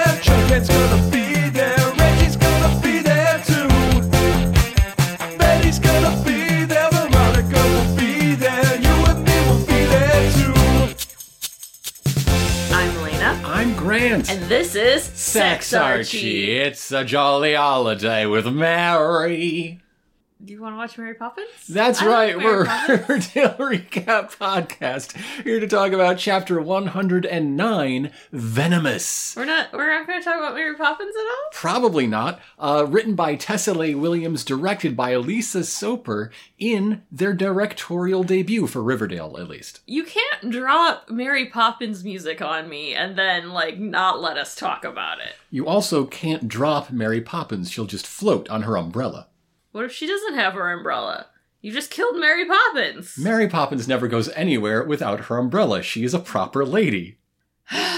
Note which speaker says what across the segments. Speaker 1: Ed's gonna be there. Reggie's gonna be there too. Betty's gonna be there. Veronica will be there. You and me will be there too.
Speaker 2: I'm Elena,
Speaker 3: I'm Grant.
Speaker 2: and this is
Speaker 3: Sex Archie. It's a jolly holiday with Mary.
Speaker 2: Do you want to watch Mary Poppins?
Speaker 3: That's
Speaker 2: I like
Speaker 3: right.
Speaker 2: Mary
Speaker 3: We're
Speaker 2: Poppins.
Speaker 3: we're doing a recap podcast here to talk about chapter 109, Venomous.
Speaker 2: we're not we're not going to talk about Mary Poppins at all.
Speaker 3: Probably not. Uh, written by Tessellay Williams, directed by Elisa Soper in their directorial debut for Riverdale, at least.
Speaker 2: You can't drop Mary Poppins music on me and then like not let us talk about it.
Speaker 3: You also can't drop Mary Poppins. She'll just float on her umbrella.
Speaker 2: What if she doesn't have her umbrella? You just killed Mary Poppins.
Speaker 3: Mary Poppins never goes anywhere without her umbrella. She is a proper lady.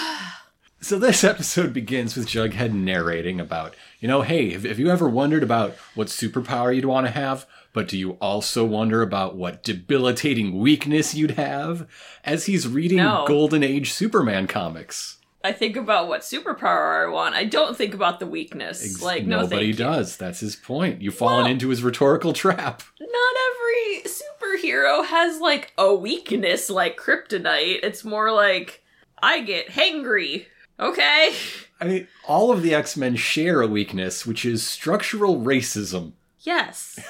Speaker 3: so this episode begins with Jughead narrating about, you know, hey, have, have you ever wondered about what superpower you'd want to have? But do you also wonder about what debilitating weakness you'd have? As he's reading
Speaker 2: No.
Speaker 3: Golden Age Superman comics.
Speaker 2: I think about what superpower I want. I don't think about the weakness.
Speaker 3: Ex-
Speaker 2: like no, thank
Speaker 3: nobody
Speaker 2: you.
Speaker 3: does. That's his point. You've fallen
Speaker 2: Well-
Speaker 3: into his rhetorical trap.
Speaker 2: not every superhero has like a weakness like kryptonite. It's more like I get hangry. Okay.
Speaker 3: I mean, all of the X Men share a weakness, which is structural racism.
Speaker 2: Yes.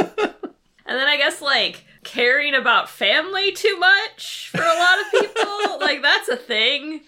Speaker 2: and then I guess like caring about family too much for a lot of people, like that's a thing.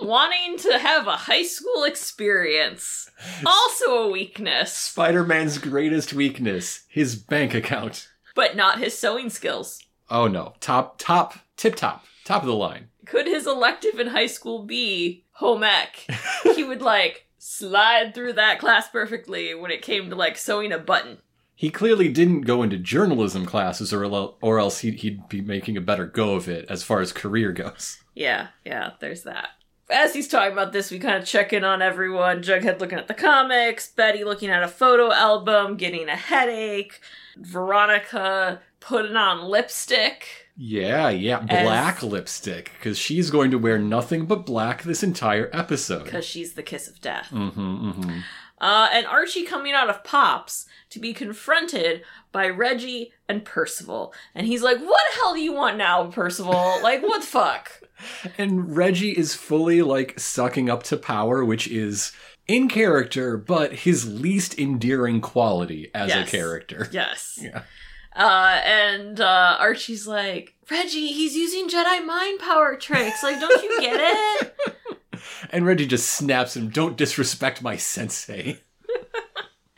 Speaker 2: Wanting to have a high school experience, also a weakness,
Speaker 3: Spider Man's greatest weakness his bank account.
Speaker 2: but not his sewing skills.
Speaker 3: Oh no. Top, top, tip top, top of the line.
Speaker 2: could his elective in high school be home ec? he would like slide through that class perfectly when it came to like sewing a button.
Speaker 3: He clearly didn't go into journalism classes or, el- or else he'd, he'd be making a better go of it as far as career goes.
Speaker 2: Yeah, yeah, there's that. As he's talking about this, we kind of check in on everyone. Jughead looking at the comics, Betty looking at a photo album, getting a headache, Veronica putting on lipstick.
Speaker 3: Yeah, yeah.
Speaker 2: As-
Speaker 3: Black lipstick, because she's going to wear nothing but black this entire episode.
Speaker 2: Because she's the kiss of death.
Speaker 3: Mm-hmm, mm-hmm.
Speaker 2: Uh, and Archie coming out of Pops to be confronted by Reggie and Percival. And he's like, What the hell do you want now, Percival? Like, what the fuck?
Speaker 3: And Reggie is fully like sucking up to power, which is in character, but his least endearing quality as
Speaker 2: Yes.
Speaker 3: a character.
Speaker 2: Yes.
Speaker 3: Yeah.
Speaker 2: Uh, and uh, Archie's like, Reggie, he's using Jedi mind power tricks. Like, don't you get it?
Speaker 3: And Reggie just snaps him, don't disrespect my sensei.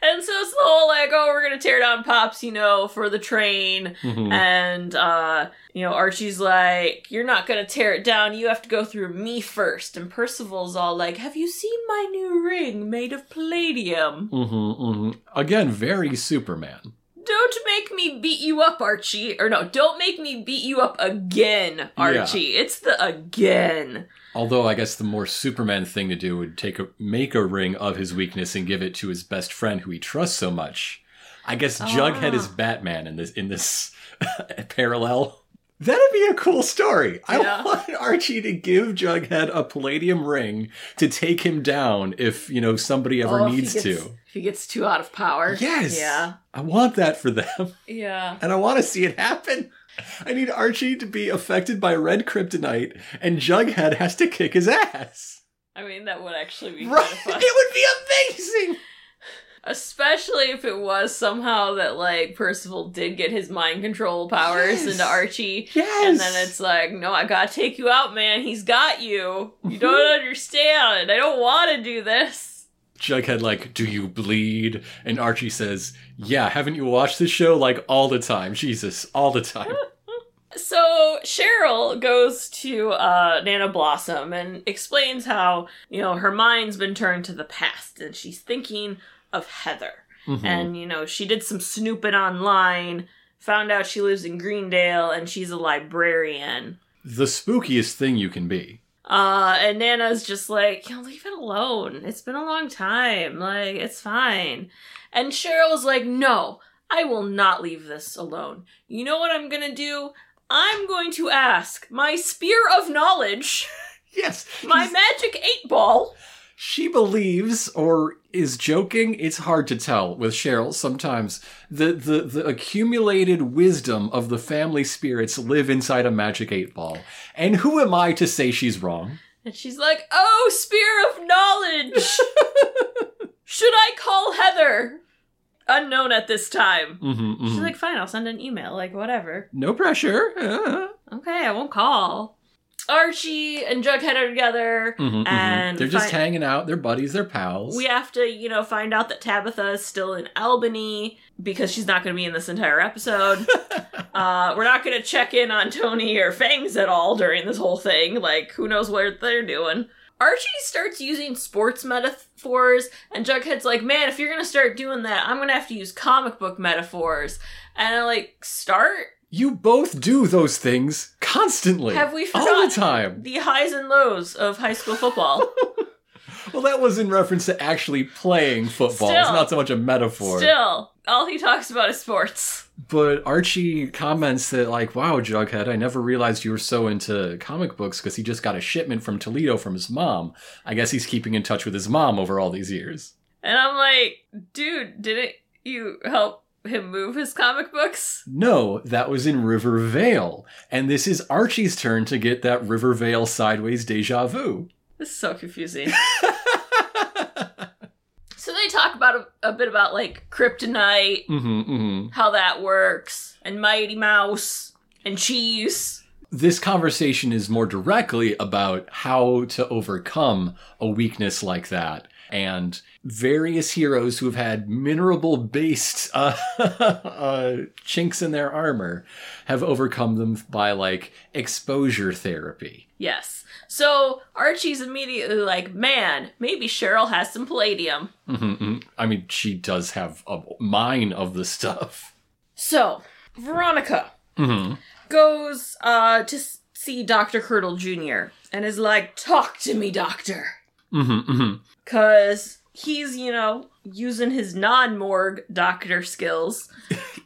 Speaker 2: and so it's the whole like, Oh, we're going to tear down Pops, you know, for the train.
Speaker 3: Mm-hmm. Mm.
Speaker 2: And uh, you know, Archie's like, "You're not gonna tear it down. You have to go through me first. And Percival's all like, "Have you seen my new ring made of palladium?
Speaker 3: Mhm, mhm. Again, very Superman.
Speaker 2: Don't make me beat you up, Archie. Or no, don't make me beat you up again, Archie. It's the again.
Speaker 3: Although I guess the more Superman thing to do would take a, make a ring of his weakness and give it to his best friend who he trusts so much. I guess Jughead
Speaker 2: Ah.
Speaker 3: is Batman in this in this parallel. That'd be a cool story.
Speaker 2: Yeah.
Speaker 3: I want Archie to give Jughead a palladium ring to take him down if, you know, somebody ever
Speaker 2: Oh, if he
Speaker 3: needs
Speaker 2: gets-
Speaker 3: to.
Speaker 2: If he gets too out of power,
Speaker 3: Yes.
Speaker 2: yeah,
Speaker 3: I want that for them.
Speaker 2: yeah.
Speaker 3: and I want to see it happen. I need Archie to be affected by red kryptonite, and Jughead has to kick his ass.
Speaker 2: I mean, that would actually be
Speaker 3: Right?
Speaker 2: kind of fun.
Speaker 3: It would be amazing.
Speaker 2: Especially if it was somehow that like Percival did get his mind control powers
Speaker 3: Yes.
Speaker 2: into Archie.
Speaker 3: Yes.
Speaker 2: And then it's like, no, I gotta take you out, man. He's got you. You don't understand. I don't wanna do this.
Speaker 3: Jughead like, "Do you bleed?" And Archie says, "Yeah, haven't you watched this show like all the time? Jesus, all the time."
Speaker 2: So Cheryl goes to uh, Nana Blossom and explains how, you know, her mind's been turned to the past and she's thinking of Heather.
Speaker 3: Mhm.
Speaker 2: and you know she did some snooping online found out she lives in greendale and she's a librarian
Speaker 3: the spookiest thing you can be.
Speaker 2: uh and nana's just like you know leave it alone it's been a long time like it's fine and cheryl's like no i will not leave this alone you know what i'm gonna do i'm going to ask my spear of knowledge
Speaker 3: Yes,
Speaker 2: my
Speaker 3: he's-
Speaker 2: magic eight ball
Speaker 3: She believes or is joking. It's hard to tell with Cheryl sometimes. The, the, the accumulated wisdom of the family spirits live inside a magic eight ball. And who am I to say she's wrong?
Speaker 2: And she's like, Oh, spear of knowledge! Should I call Heather? Unknown at this time.
Speaker 3: Mm-hmm,
Speaker 2: She's like, Fine, I'll send an email, like, whatever.
Speaker 3: no pressure. Uh,
Speaker 2: Okay, I won't call. Archie and Jughead are together,
Speaker 3: mhm, mhm.
Speaker 2: and
Speaker 3: They're just
Speaker 2: fi-
Speaker 3: hanging out. They're buddies. They're pals.
Speaker 2: we have to, you know, find out that Tabitha is still in Albany because she's not going to be in this entire episode. uh, we're not going to check in on Tony or Fangs at all during this whole thing. Like, who knows what they're doing? Archie starts using sports metaphors, and Jughead's like, "Man, if you're going to start doing that, I'm going to have to use comic book metaphors." And I like start
Speaker 3: You both do those things constantly.
Speaker 2: Have we
Speaker 3: All
Speaker 2: forgotten?
Speaker 3: the time.
Speaker 2: the highs and lows of high school football.
Speaker 3: Well, that was in reference to actually playing football. it's
Speaker 2: Still.
Speaker 3: not so much a metaphor.
Speaker 2: Still, all he talks about is sports.
Speaker 3: But Archie comments that, like, wow, Jughead, I never realized you were so into comic books because he just got a shipment from Toledo from his mom. I guess he's keeping in touch with his mom over all these years.
Speaker 2: And I'm like, dude, didn't you help him move his comic books?
Speaker 3: No, that was in Rivervale. And this is Archie's turn to get that Rivervale sideways deja vu.
Speaker 2: This is so confusing. so they talk about a, a bit about like kryptonite,
Speaker 3: hmm, hmm.
Speaker 2: how that works, and Mighty Mouse and cheese.
Speaker 3: this conversation is more directly about how to overcome a weakness like that and various heroes who have had mineral based uh, uh, chinks in their armor have overcome them by like exposure therapy
Speaker 2: Yes. So Archie's immediately like, man, maybe Cheryl has some palladium.
Speaker 3: Mhm. i mean she does have a mine of the stuff
Speaker 2: So Veronica
Speaker 3: hmm
Speaker 2: goes uh, to s- see Dr. Curdle Jr. and is like, talk to me, doctor.
Speaker 3: hmm hmm
Speaker 2: because he's you know using his non-morgue doctor skills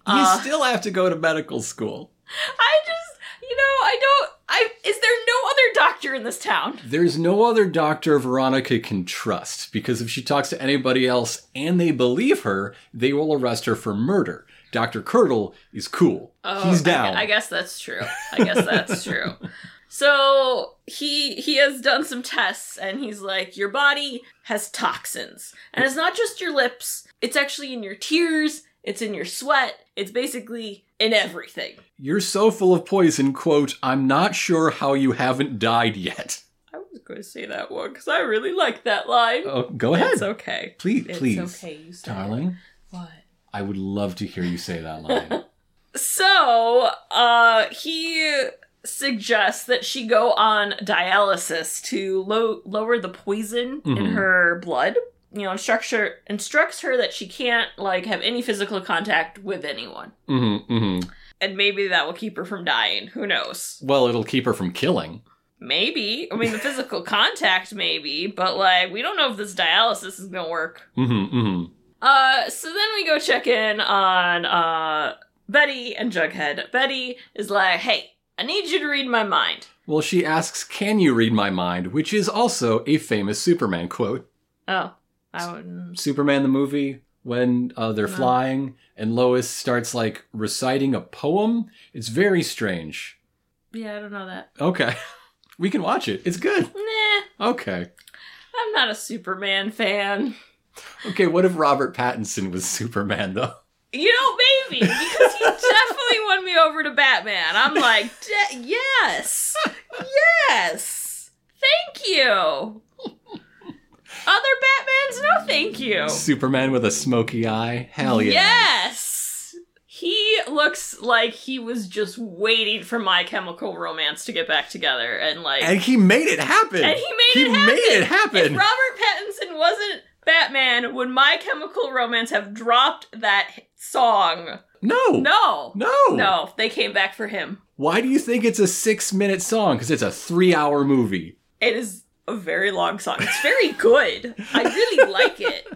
Speaker 2: Uh.
Speaker 3: you still have to go to medical school
Speaker 2: i just you know i don't i is there no other doctor in this town
Speaker 3: There's no other doctor Veronica can trust because if she talks to anybody else and they believe her, they will arrest her for murder. Dr. Curdle is cool. He's
Speaker 2: Oh, I gu-
Speaker 3: down.
Speaker 2: I, guess that's true i guess that's true so he he has done some tests and he's like your body has toxins and it's not just your lips it's actually in your tears it's in your sweat it's basically in everything
Speaker 3: You're so full of poison, quote, I'm not sure how you haven't died yet.
Speaker 2: i was going to say that one because i really like that line
Speaker 3: Oh, go ahead.
Speaker 2: it's okay
Speaker 3: Please, please.
Speaker 2: It's okay, you said it.
Speaker 3: Darling,
Speaker 2: What?
Speaker 3: I would love to hear you say that line.
Speaker 2: So, uh, he suggests that she go on dialysis to lo- lower the poison in
Speaker 3: Mhm.
Speaker 2: her blood. You know, structure instructs her that she can't like have any physical contact with anyone,
Speaker 3: mm-hmm, mm-hmm.
Speaker 2: and maybe that will keep her from dying. Who knows?
Speaker 3: Well, it'll keep her from killing.
Speaker 2: Maybe. I mean, the physical contact, maybe, but like we don't know if this dialysis is gonna work.
Speaker 3: Mm-hmm, mm-hmm.
Speaker 2: Uh, so then we go check in on uh Betty and Jughead. Betty is like, "Hey, I need you to read my mind."
Speaker 3: Well, she asks, Can you read my mind? Which is also a famous Superman quote.
Speaker 2: Oh, I wouldn't.
Speaker 3: Superman the movie when uh, they're
Speaker 2: No.
Speaker 3: flying and Lois starts like reciting a poem. It's very strange.
Speaker 2: Yeah, I don't know that.
Speaker 3: Okay. We can watch it. It's good.
Speaker 2: Nah,
Speaker 3: Okay.
Speaker 2: I'm not a Superman fan.
Speaker 3: Okay, what if Robert Pattinson was Superman though?
Speaker 2: You know, maybe because he definitely won me over to Batman. I'm like, "De- yes, yes, thank you. Other Batmans, no, thank you.
Speaker 3: Superman with a smoky eye? Hell yeah.
Speaker 2: Yes. He looks like he was just waiting for My Chemical Romance to get back together, and like,
Speaker 3: And he made it happen.
Speaker 2: And he made it happen.
Speaker 3: made it
Speaker 2: if
Speaker 3: happen.
Speaker 2: Robert Pattinson wasn't Batman, would My Chemical Romance have dropped that hit song?
Speaker 3: no.
Speaker 2: No.
Speaker 3: No.
Speaker 2: No, they came back for him.
Speaker 3: Why do you think it's a six minute song? Because it's a three hour movie.
Speaker 2: It is a very long song. It's very good. I really like it.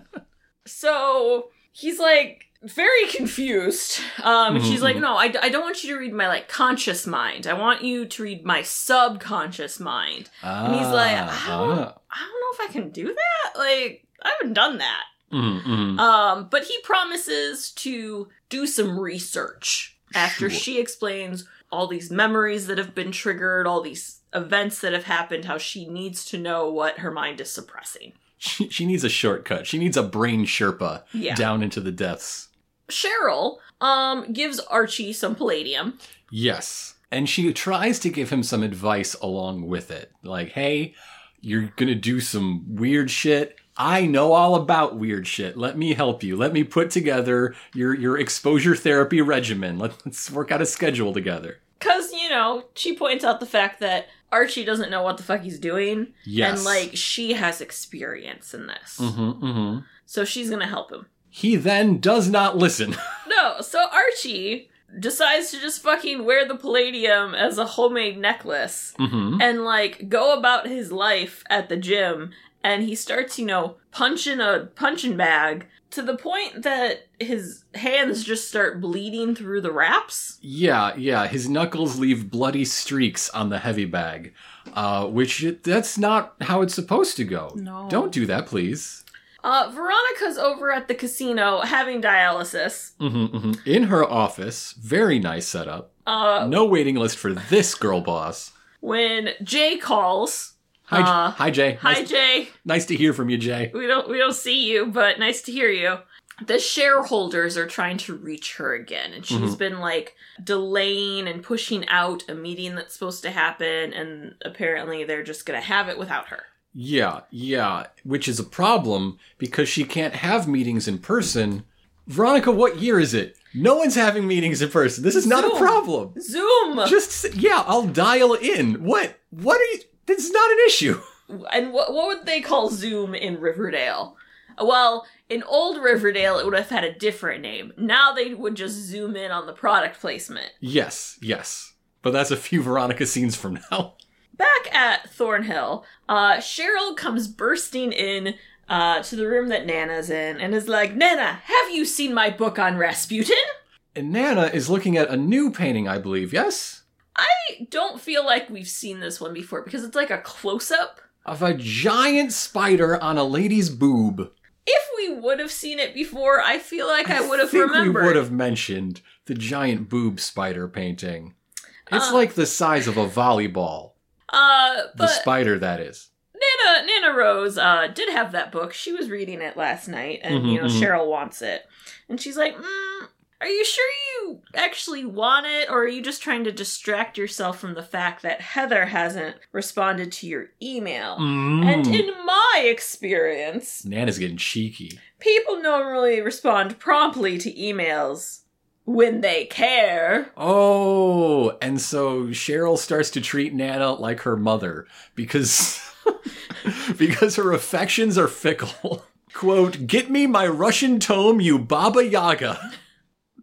Speaker 2: So he's like very confused. Um, and She's like,
Speaker 3: Mhm.
Speaker 2: no, I, I don't want you to read my like conscious mind. I want you to read my subconscious mind.
Speaker 3: Ah,
Speaker 2: he's like, "I don't-
Speaker 3: ah.
Speaker 2: I don't know if I I can do that? Like, I haven't done that.
Speaker 3: Mm, mm.
Speaker 2: Um, but he promises to do some research after
Speaker 3: Sure.
Speaker 2: she explains all these memories that have been triggered, all these events that have happened, how she needs to know what her mind is suppressing.
Speaker 3: She, she needs a shortcut. She needs a brain Sherpa
Speaker 2: Yeah.
Speaker 3: down into the depths.
Speaker 2: Cheryl um gives Archie some palladium.
Speaker 3: Yes. And she tries to give him some advice along with it. Like, hey, you're going to do some weird shit. I know all about weird shit. Let me help you. Let me put together your, your exposure therapy regimen. Let, let's work out a schedule together.
Speaker 2: Cause, you know, she points out the fact that Archie doesn't know what the fuck he's doing.
Speaker 3: Yes.
Speaker 2: And like she has experience in this.
Speaker 3: Mm-hmm, mm-hmm.
Speaker 2: So she's gonna help him.
Speaker 3: He then does not listen.
Speaker 2: No, so Archie decides to just fucking wear the palladium as a homemade necklace
Speaker 3: mm-hmm.
Speaker 2: and like go about his life at the gym and he starts, you know, punching a punching bag to the point that his hands just start bleeding through the wraps.
Speaker 3: Yeah, yeah. His knuckles leave bloody streaks on the heavy bag, uh, which that's not how it's supposed to go.
Speaker 2: No.
Speaker 3: Don't do that, please.
Speaker 2: Uh Veronica's over at the casino having dialysis.
Speaker 3: hmm hmm In her office, very nice setup.
Speaker 2: Uh
Speaker 3: No waiting list for this girl boss.
Speaker 2: when Jay calls.
Speaker 3: Hi, J-
Speaker 2: Uh,
Speaker 3: hi Jay.
Speaker 2: Hi
Speaker 3: nice,
Speaker 2: Jay.
Speaker 3: nice to hear from you, Jay.
Speaker 2: We don't we don't see you, but nice to hear you. The shareholders are trying to reach her again, and she's
Speaker 3: Mhm.
Speaker 2: been like delaying and pushing out a meeting that's supposed to happen, and apparently they're just gonna have it without her.
Speaker 3: Yeah, yeah, which is a problem because she can't have meetings in person. Veronica, what year is it? No one's having meetings in person. This is not a
Speaker 2: Zoom.
Speaker 3: problem.
Speaker 2: Zoom,
Speaker 3: Just s- yeah, I'll dial in. What? What are you? This is not an issue.
Speaker 2: and what what would they call Zoom in Riverdale? Well, in old Riverdale, it would have had a different name. Now they would just zoom in on the product placement.
Speaker 3: Yes, yes, but that's a few Veronica scenes from now.
Speaker 2: Back at Thornhill, uh, Cheryl comes bursting in uh, to the room that Nana's in and is like, Nana, have you seen my book on Rasputin?
Speaker 3: And Nana is looking at a new painting, I believe. Yes,
Speaker 2: I don't feel like we've seen this one before because it's like a close up.
Speaker 3: of a giant spider on a lady's boob.
Speaker 2: If we would have seen it before, I feel like I, would have
Speaker 3: think We would
Speaker 2: remembered.
Speaker 3: have mentioned the giant boob spider painting. It's
Speaker 2: Uh.
Speaker 3: like the size of a volleyball.
Speaker 2: Uh,
Speaker 3: the
Speaker 2: but
Speaker 3: spider that is.
Speaker 2: Nana Nana Rose uh, did have that book. She was reading it last night, and
Speaker 3: Mhm,
Speaker 2: you know
Speaker 3: mhm.
Speaker 2: Cheryl wants it, and she's like, mm, "Are you sure you actually want it, or are you just trying to distract yourself from the fact that Heather hasn't responded to your email?" And
Speaker 3: Mm.
Speaker 2: in my experience,
Speaker 3: Nana's getting cheeky.
Speaker 2: people normally respond promptly to emails when they care.
Speaker 3: Oh, and so Cheryl starts to treat Nana like her mother because because her affections are fickle. Quote, get me my Russian tome, you Baba Yaga.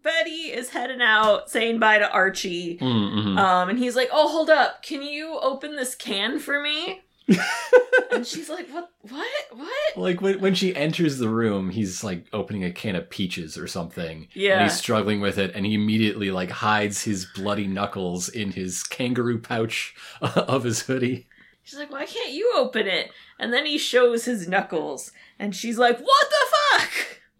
Speaker 2: Betty is heading out, saying bye to Archie.
Speaker 3: Mm-hmm.
Speaker 2: Um, and he's like, "Oh, hold up! Can you open this can for me?" and she's like, "What? What? What?"
Speaker 3: Like when, when she enters the room, he's like opening a can of peaches or something. And
Speaker 2: Yeah.
Speaker 3: he's struggling with it, and he immediately like hides his bloody knuckles in his kangaroo pouch of his hoodie.
Speaker 2: She's like, "Why can't you open it?" And then he shows his knuckles, and she's like, "What the fuck?"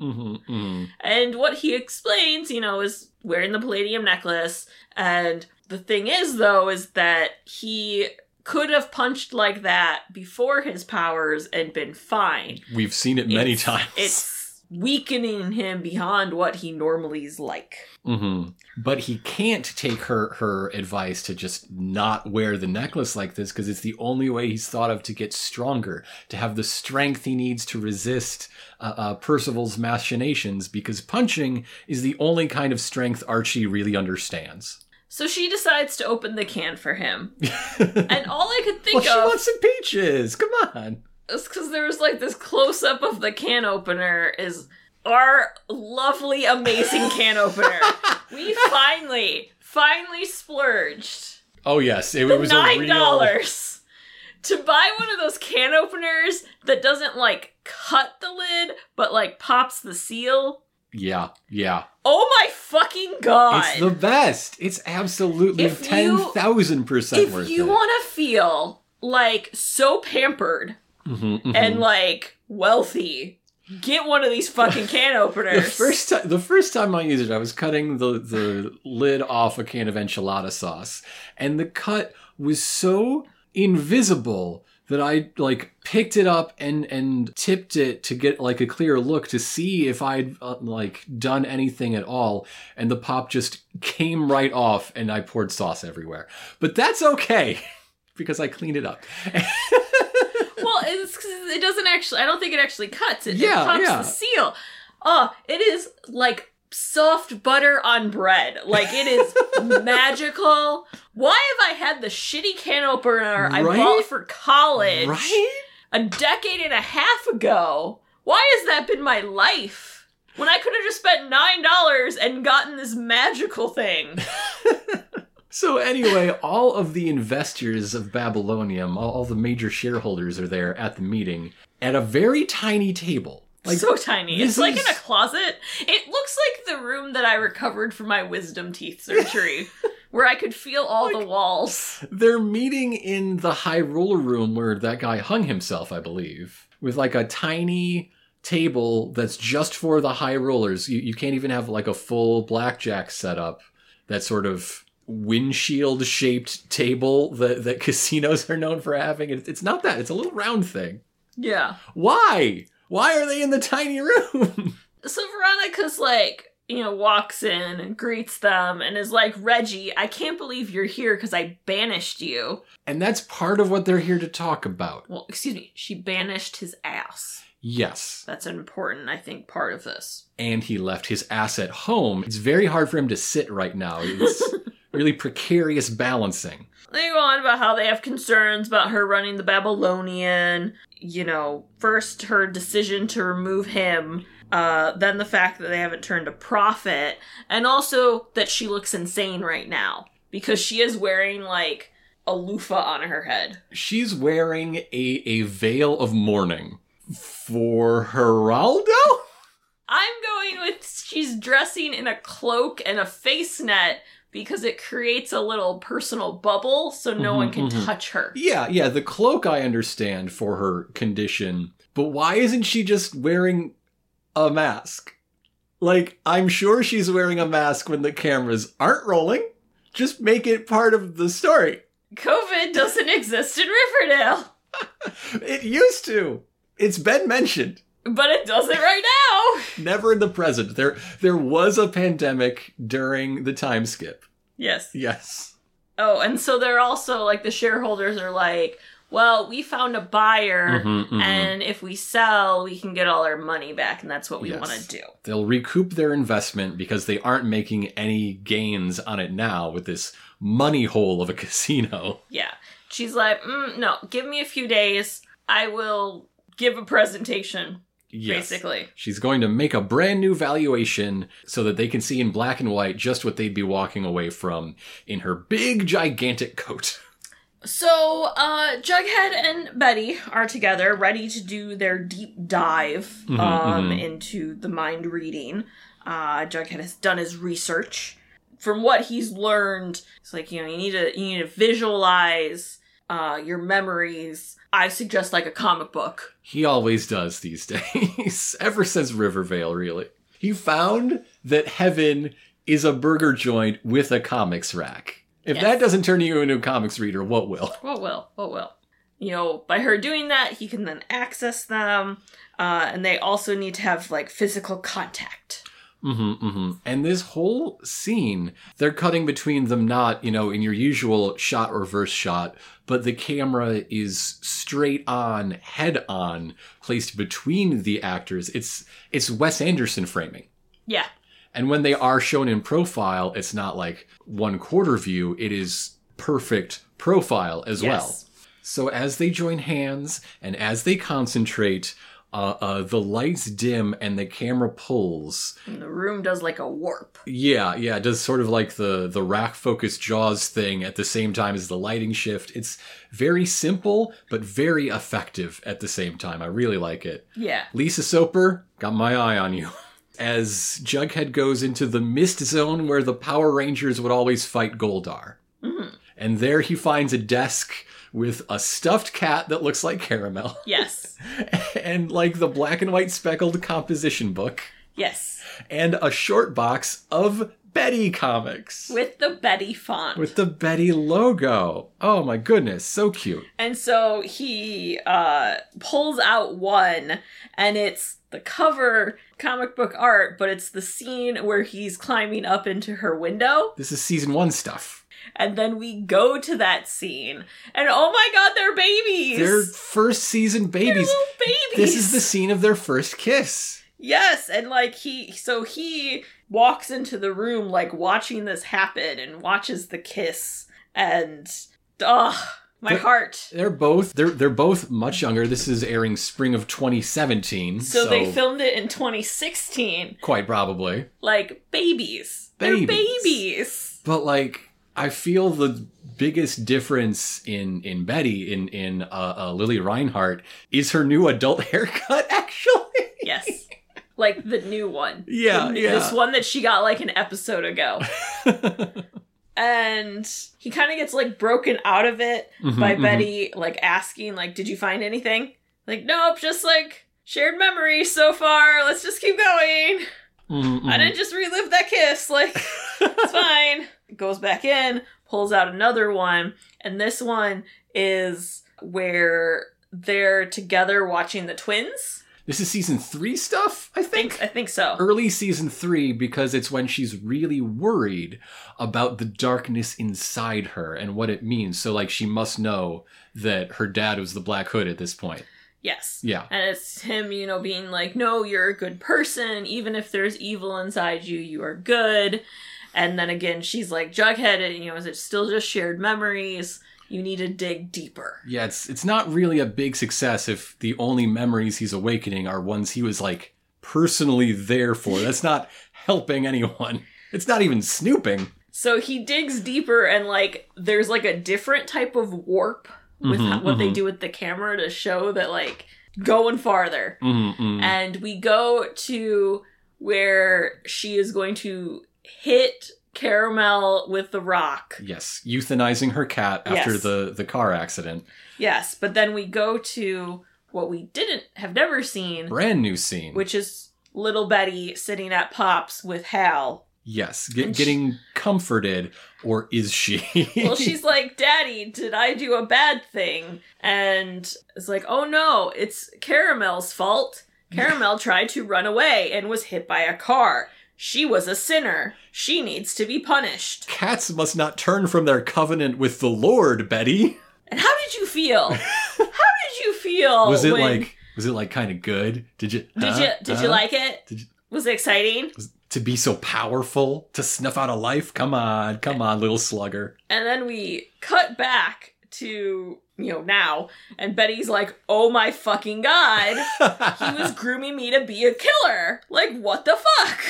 Speaker 3: Mm-hmm, mm
Speaker 2: And what he explains, you know, is wearing the palladium necklace. And the thing is, though, is that he could have punched like that before his powers and been fine.
Speaker 3: We've seen it many
Speaker 2: It's-
Speaker 3: times.
Speaker 2: It's weakening him beyond what he normally is like.
Speaker 3: hmm But he can't take her her advice to just not wear the necklace like this because it's the only way he's thought of to get stronger, to have the strength he needs to resist uh, uh, Percival's machinations. Because punching is the only kind of strength Archie really understands.
Speaker 2: So she decides to open the can for him. and all I could
Speaker 3: well,
Speaker 2: think
Speaker 3: she
Speaker 2: of
Speaker 3: wants some peaches. Come on.
Speaker 2: is because there was like this close up of the can opener is our lovely, amazing can opener. We finally, finally splurged
Speaker 3: Oh yes, it, it was a
Speaker 2: nine
Speaker 3: real-
Speaker 2: dollars to buy one of those can openers that doesn't like cut the lid but like pops the seal.
Speaker 3: Yeah, yeah.
Speaker 2: Oh my fucking god!
Speaker 3: It's the best. It's absolutely
Speaker 2: If you-
Speaker 3: ten thousand percent worth
Speaker 2: if you
Speaker 3: it.
Speaker 2: want to feel like so pampered
Speaker 3: Mhm, mhm.
Speaker 2: and like wealthy. Get one of these fucking can openers.
Speaker 3: the first time, the first time I used it, I was cutting the the lid off a can of enchilada sauce, and the cut was so invisible that I like picked it up and and tipped it to get like a clear look to see if I'd uh, like done anything at all, and the pop just came right off, and I poured sauce everywhere. But that's okay because I cleaned it up.
Speaker 2: well, it's 'cause it doesn't actually. I don't think it actually cuts. It,
Speaker 3: Yeah,
Speaker 2: it pops
Speaker 3: yeah.
Speaker 2: the seal. Oh, it is like soft butter on bread. Like it is magical. Why have I had the shitty can opener I
Speaker 3: Right?
Speaker 2: bought for college
Speaker 3: Right?
Speaker 2: a decade and a half ago? Why has that been my life? When I could have just spent nine dollars and gotten this magical thing.
Speaker 3: So anyway, all of the investors of Babylonium, all, all the major shareholders are there at the meeting at a very tiny table. Like
Speaker 2: so tiny.
Speaker 3: this
Speaker 2: It's like
Speaker 3: is-
Speaker 2: in a closet. It looks like the room that I recovered from my wisdom teeth surgery, where I could feel all the walls.
Speaker 3: they're meeting in the high roller room where that guy hung himself, I believe, with like a tiny table that's just for the high rollers. You you can't even have like a full blackjack setup. That sort of windshield shaped table that, that casinos are known for having. It, it's not that. It's a little round thing.
Speaker 2: Yeah.
Speaker 3: Why? Why are they in the tiny room?
Speaker 2: So Veronica's like, you know, walks in and greets them and is like, Reggie, I can't believe you're here because I banished you.
Speaker 3: and that's part of what they're here to talk about.
Speaker 2: Well, excuse me, she banished his ass.
Speaker 3: Yes.
Speaker 2: That's an important, I think, part of this.
Speaker 3: And he left his ass at home. It's very hard for him to sit right now. It's really precarious balancing.
Speaker 2: They go on about how they have concerns about her running the Babylonian. You know, first her decision to remove him, uh, then the fact that they haven't turned a prophet, and also that she looks insane right now because she is wearing like a loofah on her head.
Speaker 3: She's wearing a, a veil of mourning for Geraldo?
Speaker 2: I'm going with she's dressing in a cloak and a face net because it creates a little personal bubble so no
Speaker 3: Mhm,
Speaker 2: one can
Speaker 3: mhm.
Speaker 2: touch her.
Speaker 3: Yeah, yeah, the cloak I understand for her condition, but why isn't she just wearing a mask? Like, I'm sure she's wearing a mask when the cameras aren't rolling. Just make it part of the story.
Speaker 2: COVID doesn't exist in Riverdale.
Speaker 3: It used to. It's been mentioned.
Speaker 2: But it doesn't right now.
Speaker 3: Never in the present. There there was a pandemic during the time skip.
Speaker 2: Yes.
Speaker 3: Yes.
Speaker 2: Oh, and so they're also like the shareholders are like, well, we found a buyer,
Speaker 3: Mm-hmm.
Speaker 2: and if we sell, we can get all our money back, and that's what we
Speaker 3: Yes.
Speaker 2: want to do.
Speaker 3: They'll recoup their investment because they aren't making any gains on it now with this money hole of a casino.
Speaker 2: Yeah. She's like, mm, no, give me a few days. I will give a presentation,
Speaker 3: Yes.
Speaker 2: basically.
Speaker 3: She's going to make a brand new valuation so that they can see in black and white just what they'd be walking away from in her big gigantic coat.
Speaker 2: So, uh, Jughead and Betty are together, ready to do their deep dive
Speaker 3: Mhm,
Speaker 2: um,
Speaker 3: mhm.
Speaker 2: into the mind reading. Uh, Jughead has done his research. From what he's learned, it's like you know you need to you need to visualize uh, your memories. I suggest like a comic book.
Speaker 3: He always does these days, ever since Rivervale, really. He found that heaven is a burger joint with a comics rack. If
Speaker 2: Yes.
Speaker 3: that doesn't turn you into a comics reader, what will?
Speaker 2: What will? What will? oh, You know, by her doing that, he can then access them, uh, and they also need to have like physical contact.
Speaker 3: hmm hmm And this whole scene, they're cutting between them not, you know, in your usual shot reverse shot, but the camera is straight on, head on, placed between the actors. It's it's Wes Anderson framing.
Speaker 2: Yeah,
Speaker 3: And when they are shown in profile, it's not like one quarter view, it is perfect profile as well.
Speaker 2: Yes.
Speaker 3: So as they join hands and as they concentrate, uh, uh, the lights dim and the camera pulls.
Speaker 2: And the room does like a warp.
Speaker 3: Yeah, yeah, it does sort of like the the rack focus jaws thing at the same time as the lighting shift. It's very simple but very effective at the same time. I really like it.
Speaker 2: Yeah.
Speaker 3: Lisa Soper, got my eye on you. As Jughead goes into the mist zone where the Power Rangers would always fight Goldar.
Speaker 2: Mhm.
Speaker 3: And there he finds a desk with a stuffed cat that looks like caramel
Speaker 2: Yes.
Speaker 3: and like the black and white speckled composition book
Speaker 2: Yes.
Speaker 3: and a short box of Betty comics
Speaker 2: With the Betty font.
Speaker 3: with the Betty logo. Oh my goodness, so cute.
Speaker 2: And so he uh, pulls out one, and it's the cover comic book art, but it's the scene where he's climbing up into her window.
Speaker 3: This is season one stuff.
Speaker 2: And then we go to that scene, and oh my god, they're babies!
Speaker 3: Their first season
Speaker 2: They're
Speaker 3: babies.
Speaker 2: little babies!
Speaker 3: This is the scene of their first kiss.
Speaker 2: Yes, and like he, so he walks into the room, like watching this happen, and watches the kiss, and ugh, my
Speaker 3: The-
Speaker 2: heart.
Speaker 3: They're both they're they're both much younger. This is airing spring of 2017.
Speaker 2: So, they filmed it in 2016,
Speaker 3: quite probably.
Speaker 2: like babies. They're
Speaker 3: Babies.
Speaker 2: babies.
Speaker 3: But like, I feel the biggest difference in in Betty in in uh, uh, Lily Reinhart is her new adult haircut. Actually,
Speaker 2: Yes. Like the new one.
Speaker 3: Yeah,
Speaker 2: The-
Speaker 3: yeah.
Speaker 2: This one that she got like an episode ago. and he kind of gets like broken out of it by
Speaker 3: Mhm, mhm.
Speaker 2: Betty like asking like did you find anything? Like nope, just like shared memories so far. Let's just keep going.
Speaker 3: Mhm, mhm.
Speaker 2: I didn't just relive that kiss. Like, it's fine. Goes back in, pulls out another one, and this one is where they're together watching the twins.
Speaker 3: This is season three stuff. I
Speaker 2: I
Speaker 3: think
Speaker 2: think, I think so.
Speaker 3: early season three because it's when she's really worried about the darkness inside her and what it means. So like, she must know that her dad was the Black Hood at this point.
Speaker 2: Yes.
Speaker 3: Yeah.
Speaker 2: And it's him, you know, being like, no, you're a good person. Even if there's evil inside you, you are good. And then again, she's like, Jughead, you know, is it still just shared memories? You need to dig deeper.
Speaker 3: Yeah, it's it's not really a big success if the only memories he's awakening are ones he was like personally there for. That's not helping anyone. It's not even snooping.
Speaker 2: So he digs deeper, and like there's like a different type of warp with
Speaker 3: Mhm,
Speaker 2: how- what they
Speaker 3: mhm.
Speaker 2: do with the camera to show that like going farther.
Speaker 3: Mm-mm.
Speaker 2: And we go to where she is going to hit Caramel with the rock.
Speaker 3: Yes, euthanizing her cat after
Speaker 2: Yes.
Speaker 3: the the car accident.
Speaker 2: Yes, but then we go to what we didn't have never seen,
Speaker 3: Brand new scene.
Speaker 2: which is little Betty sitting at Pops with Hal.
Speaker 3: yes, get,
Speaker 2: And she-
Speaker 3: getting comforted, or is she?
Speaker 2: well, she's like, Daddy, did I do a bad thing? And it's like, oh no, it's Caramel's fault. Caramel tried to run away and was hit by a car. She was a sinner. She needs to be punished.
Speaker 3: Cats must not turn from their covenant with the Lord, Betty.
Speaker 2: And how did you feel? how did you feel?
Speaker 3: was it
Speaker 2: Oh, when-
Speaker 3: like was it like kind of good? Did you
Speaker 2: Did
Speaker 3: huh?
Speaker 2: you did you
Speaker 3: Huh?
Speaker 2: like it?
Speaker 3: Did you-
Speaker 2: was it exciting?
Speaker 3: to be so powerful to snuff out a life come on come on little slugger
Speaker 2: And then we cut back to you know now, and Betty's like, "Oh my fucking god, he was grooming me to be a killer! Like what the fuck?"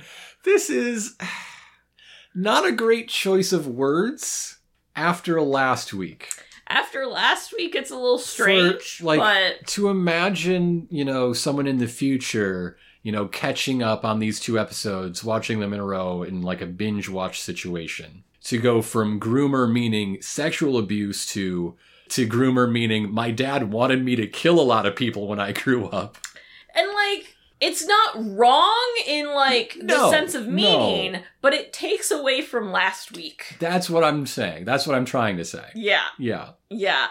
Speaker 3: this is not a great choice of words after last week
Speaker 2: after last week it's a little strange
Speaker 3: like-
Speaker 2: but
Speaker 3: to imagine you know someone in the future you know catching up on these two episodes watching them in a row in like a binge watch situation to go from groomer meaning sexual abuse to to groomer meaning my dad wanted me to kill a lot of people when i grew up
Speaker 2: and like it's not wrong in like the
Speaker 3: No,
Speaker 2: sense of
Speaker 3: no.
Speaker 2: meaning but it takes away from last week
Speaker 3: That's what I'm saying. That's what I'm trying to say.
Speaker 2: yeah
Speaker 3: Yeah.
Speaker 2: yeah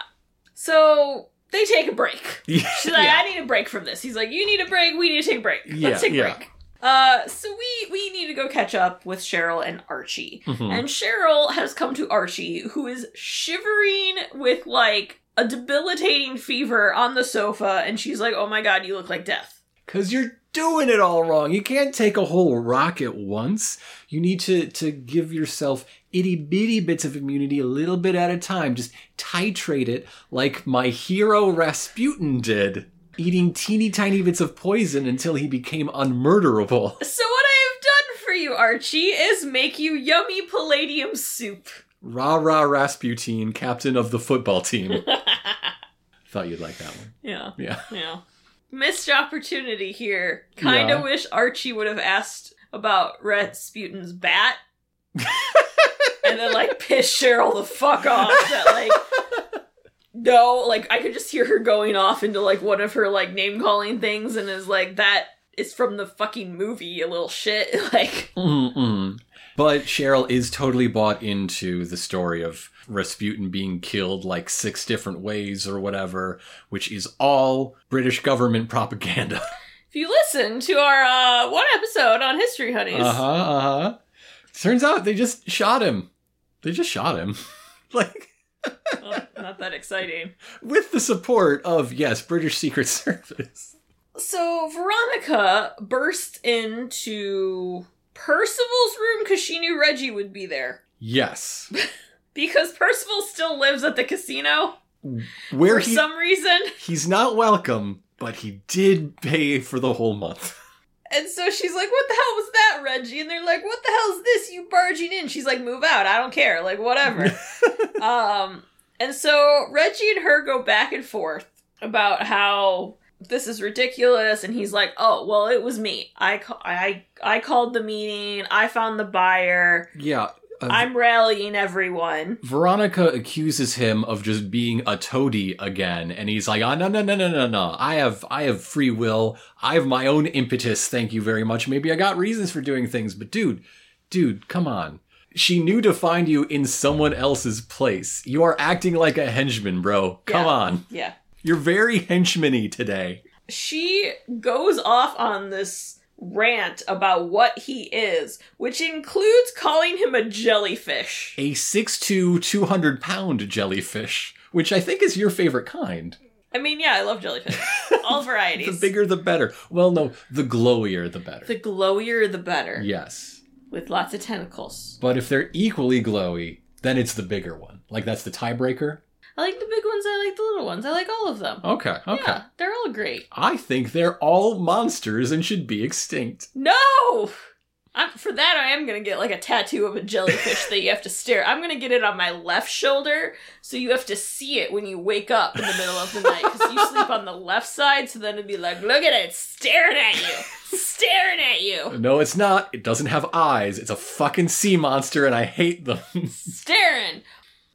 Speaker 2: so they take a break
Speaker 3: Yeah.
Speaker 2: she's like i need a break from this he's like you need a break we need to take a break
Speaker 3: Yeah,
Speaker 2: let's take a
Speaker 3: yeah.
Speaker 2: break uh so we we need to go catch up with cheryl and archie
Speaker 3: Mhm.
Speaker 2: And Cheryl has come to Archie, who is shivering with like a debilitating fever on the sofa, and she's like, Oh my god, you look like death.
Speaker 3: Cause you're doing it all wrong. You can't take a whole rock at once. You need to to give yourself itty bitty bits of immunity a little bit at a time. Just titrate it like my hero Rasputin did, eating teeny tiny bits of poison until he became unmurderable.
Speaker 2: So, what I have done for you, Archie, is make you yummy palladium soup.
Speaker 3: Rah rah Rasputin, captain of the football team. Thought you'd like that one.
Speaker 2: yeah,
Speaker 3: Yeah.
Speaker 2: yeah. Missed opportunity here. Kinda
Speaker 3: Yeah.
Speaker 2: wish Archie would have asked about Rasputin's bat. and then, like, piss Cheryl the fuck off that, like, no, like I could just hear her going off into like one of her like name calling things and is like, that is from the fucking movie, you little shit. Like,
Speaker 3: Mm-mm. Mm-hmm. But Cheryl is totally bought into the story of Rasputin being killed like six different ways or whatever, which is all British government propaganda.
Speaker 2: if you listen to our uh one episode on History Honeys,
Speaker 3: Uh huh. Uh huh. Turns out they just shot him. They just shot him. like
Speaker 2: well, Oh, not that exciting.
Speaker 3: with the support of yes, British Secret Service.
Speaker 2: So Veronica burst into Percival's room because she knew Reggie would be there.
Speaker 3: Yes,
Speaker 2: Because Percival still lives at the casino
Speaker 3: where
Speaker 2: for
Speaker 3: he
Speaker 2: some reason.
Speaker 3: he's not welcome, but he did pay for the whole month.
Speaker 2: And so she's like, What the hell was that, Reggie? And they're like, What the hell's this? You barging in. She's like, Move out. I don't care. Like, whatever. um, and so Reggie and her go back and forth about how this is ridiculous. And he's like, Oh, well, it was me. I, ca- I, I called the meeting. I found the buyer.
Speaker 3: yeah. uh,
Speaker 2: I'm rallying everyone.
Speaker 3: Veronica accuses him of just being a toady again, and he's like, "Ah, no, no, no, no, no, no! I have, I have free will. I have my own impetus. Thank you very much. Maybe I got reasons for doing things, but dude, dude, come on." She knew to find you in someone else's place. You are acting like a henchman, bro. Come
Speaker 2: Yeah.
Speaker 3: on,
Speaker 2: Yeah.
Speaker 3: you're very henchmany today.
Speaker 2: she goes off on this rant about what he is, which includes calling him a jellyfish.
Speaker 3: A 6'2", 200 pound jellyfish, which I think is your favorite kind.
Speaker 2: I mean, yeah, I love jellyfish. All varieties.
Speaker 3: The bigger, the better. Well, no, the glowier, the better.
Speaker 2: The glowier, the better.
Speaker 3: yes.
Speaker 2: With lots of tentacles.
Speaker 3: But if they're equally glowy, then it's the bigger one. Like that's the tiebreaker.
Speaker 2: I like the big ones, I like the little ones, I like all of them.
Speaker 3: Okay, Oh, okay.
Speaker 2: Yeah, they're all great.
Speaker 3: I think they're all monsters and should be extinct.
Speaker 2: No! I'm, for that, I am gonna get like a tattoo of a jellyfish that you have to stare. I'm gonna get it on my left shoulder, so you have to see it when you wake up in the middle of the night. Because you sleep on the left side, so then it'd be like, look at it, it's staring at you, staring at you,
Speaker 3: No, it's not. It doesn't have eyes. It's a fucking sea monster and I hate them.
Speaker 2: staring.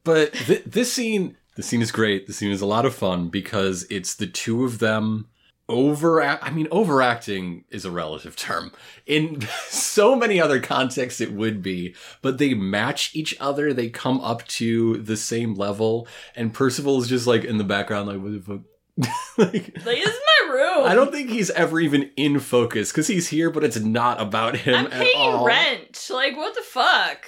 Speaker 3: but th- this scene, the scene is great. The scene is a lot of fun because it's the two of them over I mean overacting is a relative term. In so many other contexts it would be, but they match each other. They come up to the same level and Percival is just like in the background like what the fuck? like
Speaker 2: Like this is my room.
Speaker 3: I don't think he's ever even in focus cuz he's here but it's not about him
Speaker 2: I'm
Speaker 3: at
Speaker 2: paying
Speaker 3: all.
Speaker 2: rent. Like what the fuck?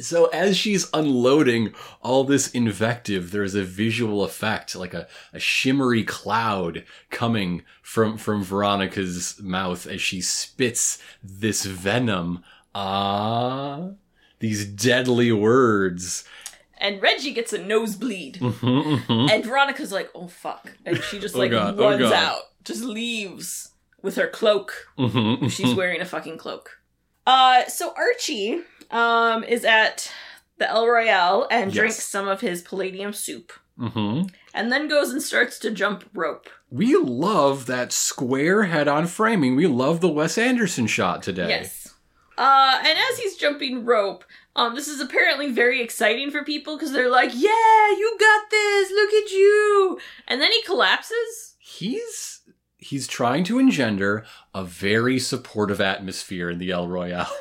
Speaker 3: So as she's unloading all this invective, there's a visual effect, like a, a shimmery cloud coming from from Veronica's mouth as she spits this venom. Ah, these deadly words.
Speaker 2: And Reggie gets a nosebleed,
Speaker 3: Mhm, mhm.
Speaker 2: and Veronica's like, oh fuck, and she just
Speaker 3: Oh
Speaker 2: like
Speaker 3: God, oh
Speaker 2: runs
Speaker 3: God.
Speaker 2: out, just leaves with her cloak.
Speaker 3: Mhm, mhm.
Speaker 2: She's wearing a fucking cloak. Uh, so Archie um is at the El Royale and
Speaker 3: Yes.
Speaker 2: drinks some of his palladium soup,
Speaker 3: Mhm.
Speaker 2: and then goes and starts to jump rope.
Speaker 3: We love that square head-on framing. We love the Wes Anderson shot today.
Speaker 2: Yes. Uh, and as he's jumping rope, um, this is apparently very exciting for people because they're like, "Yeah, you got this! Look at you!" And then he collapses.
Speaker 3: He's he's trying to engender a very supportive atmosphere in the El Royale.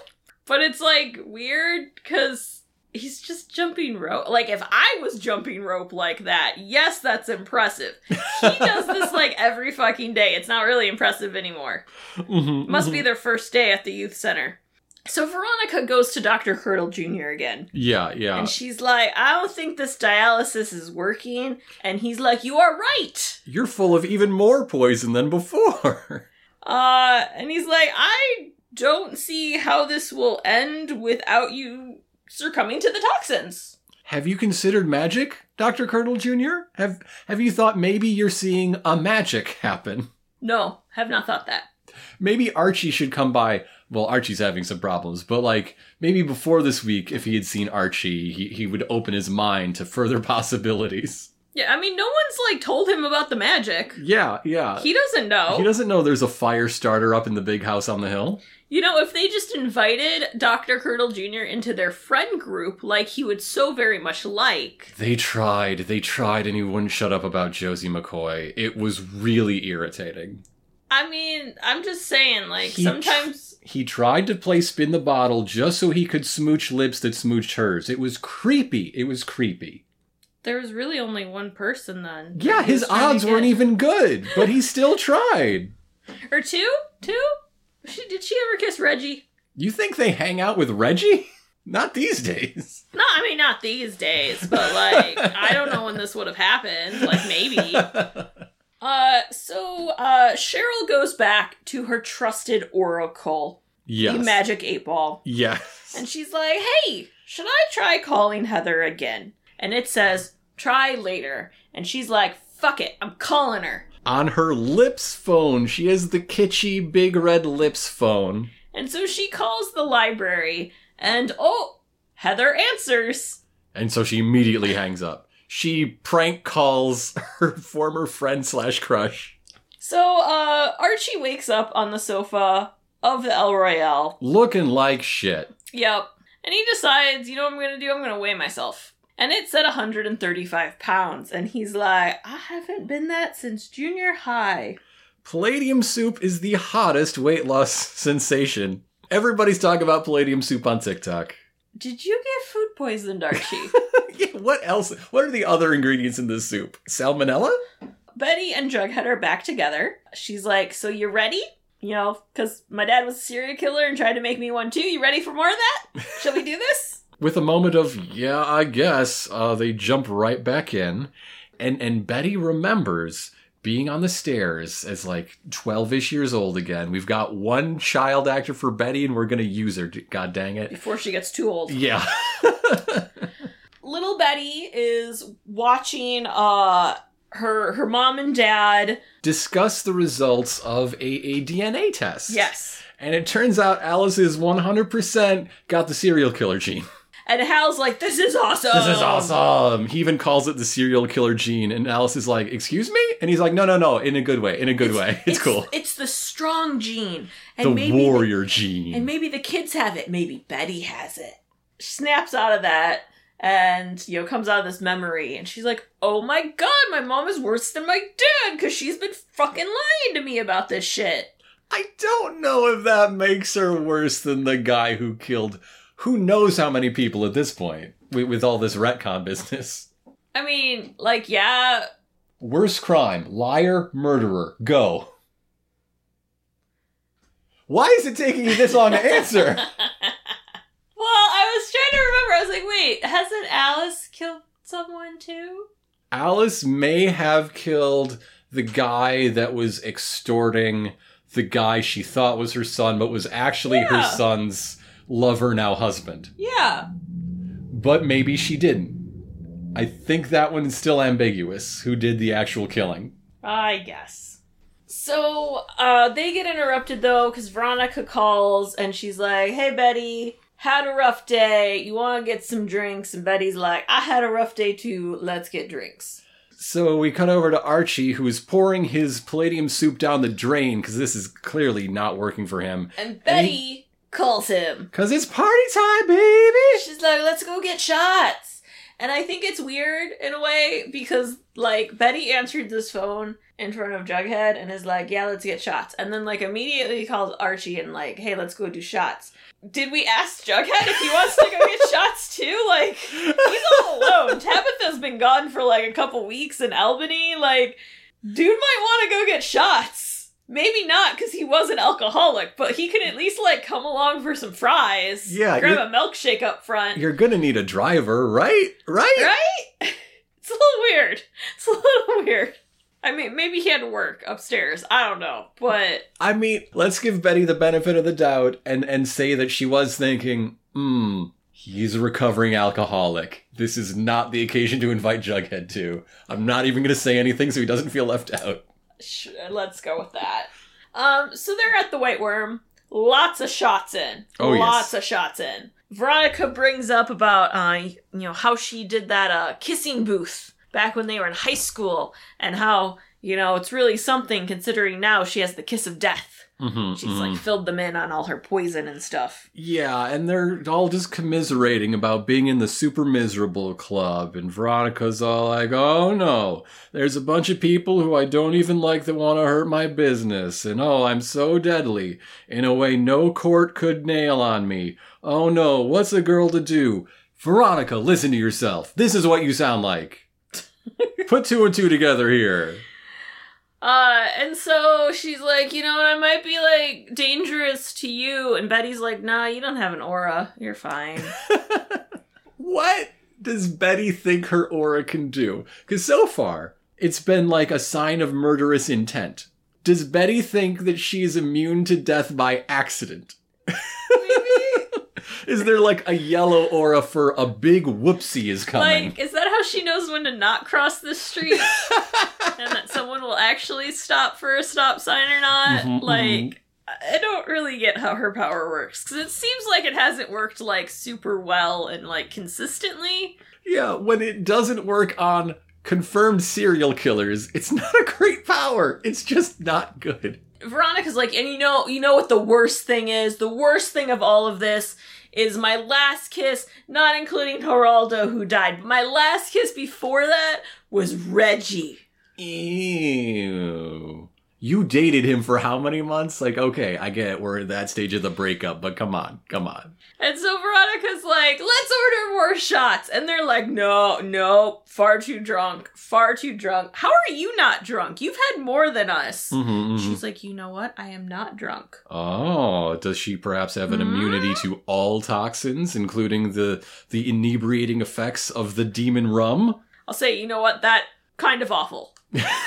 Speaker 2: But it's like weird because he's just jumping rope. Like if I was jumping rope like that, yes, that's impressive. He does this like every fucking day. It's not really impressive anymore.
Speaker 3: Mhm,
Speaker 2: Must
Speaker 3: mhm.
Speaker 2: be their first day at the youth center. So Veronica goes to Dr. Hurdle Jr. again.
Speaker 3: Yeah, yeah.
Speaker 2: And she's like, I don't think this dialysis is working. And he's like, You are right.
Speaker 3: You're full of even more poison than before.
Speaker 2: Uh, and he's like, I don't see how this will end without you succumbing to the toxins.
Speaker 3: Have you considered magic, Dr. Curdle Jr.? Have have you thought maybe you're seeing a magic happen?
Speaker 2: No, have not thought that.
Speaker 3: Maybe Archie should come by. Well, Archie's having some problems, but like maybe before this week, if he had seen Archie, he, he would open his mind to further possibilities.
Speaker 2: Yeah, I mean, no one's like told him about the magic.
Speaker 3: Yeah, yeah.
Speaker 2: He doesn't know.
Speaker 3: He doesn't know there's a fire starter up in the big house on the hill.
Speaker 2: you know, if they just invited Dr. Curdle Jr. into their friend group, like he would so very much like,
Speaker 3: They tried, they tried, and he wouldn't shut up about Josie McCoy. It was really irritating.
Speaker 2: I mean, I'm just saying, like,
Speaker 3: He tr-
Speaker 2: sometimes.
Speaker 3: He tried to play spin the bottle just so he could smooch lips that smooched hers. It was creepy. It was creepy.
Speaker 2: There was really only one person then. that
Speaker 3: Yeah,
Speaker 2: he
Speaker 3: his
Speaker 2: was trying to
Speaker 3: odds weren't
Speaker 2: get.
Speaker 3: even good, but he still tried.
Speaker 2: Or two? Two? She, did she ever kiss Reggie?
Speaker 3: You think they hang out with Reggie? Not these days.
Speaker 2: No, I mean, not these days, but like, I don't know when this would have happened. Like, maybe. Uh, so, uh, Cheryl goes back to her trusted oracle,
Speaker 3: Yes.
Speaker 2: the magic eight ball,
Speaker 3: Yes.
Speaker 2: and she's like, hey, should I try calling Heather again? And it says, try later. And she's like, fuck it, I'm calling her.
Speaker 3: On her lips phone, she has the kitschy big red lips phone.
Speaker 2: And so she calls the library, and oh, Heather answers.
Speaker 3: And so she immediately hangs up. She prank calls her former friend slash crush.
Speaker 2: So, uh, Archie wakes up on the sofa of the El Royale.
Speaker 3: Looking like shit.
Speaker 2: Yep. And he decides, you know what I'm gonna do? I'm gonna weigh myself. And it's at 135 pounds. And he's like, I haven't been that since junior high.
Speaker 3: Palladium soup is the hottest weight loss sensation. Everybody's talking about palladium soup on TikTok.
Speaker 2: Did you get food poisoned, Archie?
Speaker 3: Yeah, what else? What are the other ingredients in this soup? Salmonella?
Speaker 2: Betty and Jughead are back together. She's like, So you ready? You know, because my dad was a serial killer and tried to make me one too. You ready for more of that? Shall we do this?
Speaker 3: with a moment of yeah i guess uh, they jump right back in and and betty remembers being on the stairs as like 12ish years old again we've got one child actor for betty and we're gonna use her god dang it
Speaker 2: Before she gets too old.
Speaker 3: yeah
Speaker 2: Little Betty is watching uh her her mom and dad.
Speaker 3: discuss the results of a, a dna test
Speaker 2: Yes.
Speaker 3: and it turns out alice is 100% got the serial killer gene
Speaker 2: And Hal's like, this is awesome.
Speaker 3: this is awesome he even calls it the serial killer gene and alice is like excuse me and he's like no no no in a good way in a good way it's cool
Speaker 2: It's the strong gene. And
Speaker 3: the
Speaker 2: maybe
Speaker 3: warrior
Speaker 2: The,
Speaker 3: gene.
Speaker 2: and maybe the kids have it. Maybe Betty has it. She snaps out of that and, you know, comes out of this memory. And she's like, oh my god, my mom is worse than my dad because she's been fucking lying to me about this shit.
Speaker 3: I don't know if that makes her worse than the guy who killed who knows how many people at this point with, with all this retcon business.
Speaker 2: I mean, like, yeah,
Speaker 3: Worst crime, liar, murderer, go. Why is it taking you this long to answer?
Speaker 2: Well, I was trying to remember. I was like, wait, hasn't Alice killed someone too?
Speaker 3: Alice may have killed the guy that was extorting the guy she thought was her son, but was actually her
Speaker 2: Yeah.
Speaker 3: son's lover, now husband.
Speaker 2: Yeah.
Speaker 3: but maybe she didn't. I think that one's still ambiguous. Who did the actual killing?
Speaker 2: I guess. So, uh, they get interrupted though, because Veronica calls and she's like, hey, Betty, had a rough day. You want to get some drinks? And Betty's like, I had a rough day too. Let's get drinks.
Speaker 3: So we cut over to Archie, who is pouring his palladium soup down the drain because this is clearly not working for him.
Speaker 2: And
Speaker 3: And
Speaker 2: Betty
Speaker 3: he-
Speaker 2: calls him.
Speaker 3: Cause it's party time, baby!
Speaker 2: She's like, let's go get shots. And I think it's weird in a way because, like, Betty answered this phone in front of Jughead and is like, yeah, let's get shots. And then, like, immediately calls Archie and, like, hey, let's go do shots. Did we ask Jughead if he wants to go get shots too? Like, he's all alone. Tabitha's been gone for, like, a couple weeks in Albany. Like, dude might want to go get shots. Maybe not because he was an alcoholic, but he could at least, like, come along for some fries.
Speaker 3: Yeah,
Speaker 2: Grab
Speaker 3: you're-
Speaker 2: a milkshake up front.
Speaker 3: You're gonna need a driver, right? Right?
Speaker 2: Right? It's a little weird. It's a little weird. I mean, maybe he had to work upstairs. I don't know. But
Speaker 3: I mean, let's give Betty the benefit of the doubt and, and say that she was thinking, hmm, he's a recovering alcoholic. This is not the occasion to invite Jughead to. I'm not even going to say anything so he doesn't feel left out.
Speaker 2: sh- let's go with that. Um, so they're at the White Worm. Lots of shots in.
Speaker 3: Oh, yes.
Speaker 2: Lots of shots in. Veronica brings up about, uh, you know, how she did that uh, kissing booth back when they were in high school and how, you know, it's really something considering now she has the kiss of death.
Speaker 3: Mhm,
Speaker 2: She's
Speaker 3: mhm.
Speaker 2: like filled them in on all her poison and stuff.
Speaker 3: Yeah, and they're all just commiserating about being in the super miserable club. And Veronica's all like, oh no, there's a bunch of people who I don't even like that want to hurt my business. And oh, I'm so deadly in a way no court could nail on me. Oh no, what's a girl to do? Veronica, listen to yourself. This is what you sound like. Put two and two together here.
Speaker 2: Uh, and so she's like, you know, I might be like dangerous to you. And Betty's like, nah, you don't have an aura. You're fine.
Speaker 3: what does Betty think her aura can do? Because so far, it's been like a sign of murderous intent. Does Betty think that she is immune to death by accident? is there like a yellow aura for a big whoopsie is coming?
Speaker 2: like, is that how she knows when to not cross the street? and that someone will actually stop for a stop sign or not?
Speaker 3: Mhm,
Speaker 2: like,
Speaker 3: mhm.
Speaker 2: I don't really get how her power works. Because it seems like it hasn't worked like super well and like consistently.
Speaker 3: yeah, when it doesn't work on confirmed serial killers, it's not a great power. It's just not good.
Speaker 2: Veronica's like, and you know, you know what the worst thing is? The worst thing of all of this is my last kiss, not including Geraldo who died. But my last kiss before that was Reggie.
Speaker 3: Ew. You dated him for how many months? Like, okay, I get it. We're at that stage of the breakup, but come on, come on.
Speaker 2: And so Veronica's like, let's order more shots. And they're like, no, no, far too drunk, far too drunk. How are you not drunk? You've had more than us.
Speaker 3: Mm-hmm.
Speaker 2: She's like, you know what? I am not drunk.
Speaker 3: Oh, does she perhaps have an
Speaker 2: Hmm?
Speaker 3: immunity to all toxins, including the the inebriating effects of the demon rum?
Speaker 2: I'll say, you know what? That kind of awful.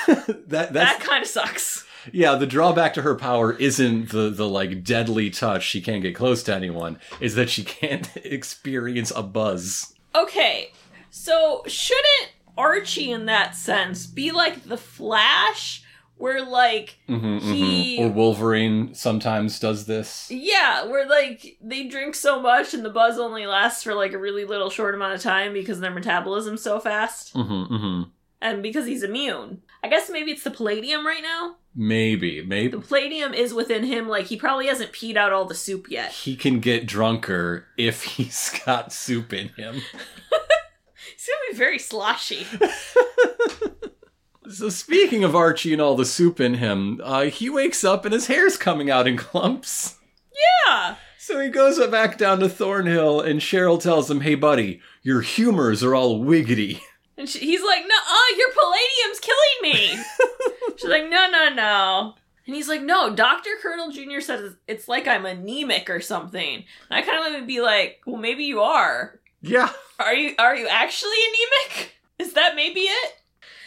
Speaker 3: that that's
Speaker 2: that kind of sucks.
Speaker 3: yeah. The drawback to her power isn't the the like deadly touch. She can't get close to anyone. Is that she can't experience a buzz?
Speaker 2: Okay, so shouldn't Archie, in that sense, be like the Flash, where like
Speaker 3: Mhm, mhm.
Speaker 2: He-
Speaker 3: Or Wolverine sometimes does this.
Speaker 2: yeah, where like they drink so much and the buzz only lasts for like a really little short amount of time because their metabolism's so fast,
Speaker 3: Mm-hmm, mm-hmm.
Speaker 2: and because he's immune. I guess maybe it's the palladium right now.
Speaker 3: Maybe,
Speaker 2: The
Speaker 3: maybe
Speaker 2: palladium is within him. Like he probably hasn't peed out all the soup yet.
Speaker 3: he can get drunker if he's got soup in him.
Speaker 2: He's gonna be very sloshy.
Speaker 3: So speaking of Archie and all the soup in him, uh, he wakes up and his hair's coming out in clumps.
Speaker 2: yeah.
Speaker 3: So he goes back down to Thornhill, and Cheryl tells him, "Hey, buddy, your humors are all wiggity."
Speaker 2: And she, he's like, "Nuh-uh, your palladium's killing me." She's like, "No, no, no." And he's like, "No, Doctor Colonel Junior says it's like I'm anemic or something." And I kind of would be like, "Well, maybe you are.
Speaker 3: Yeah.
Speaker 2: Are you? Are you actually anemic? Is that maybe it?"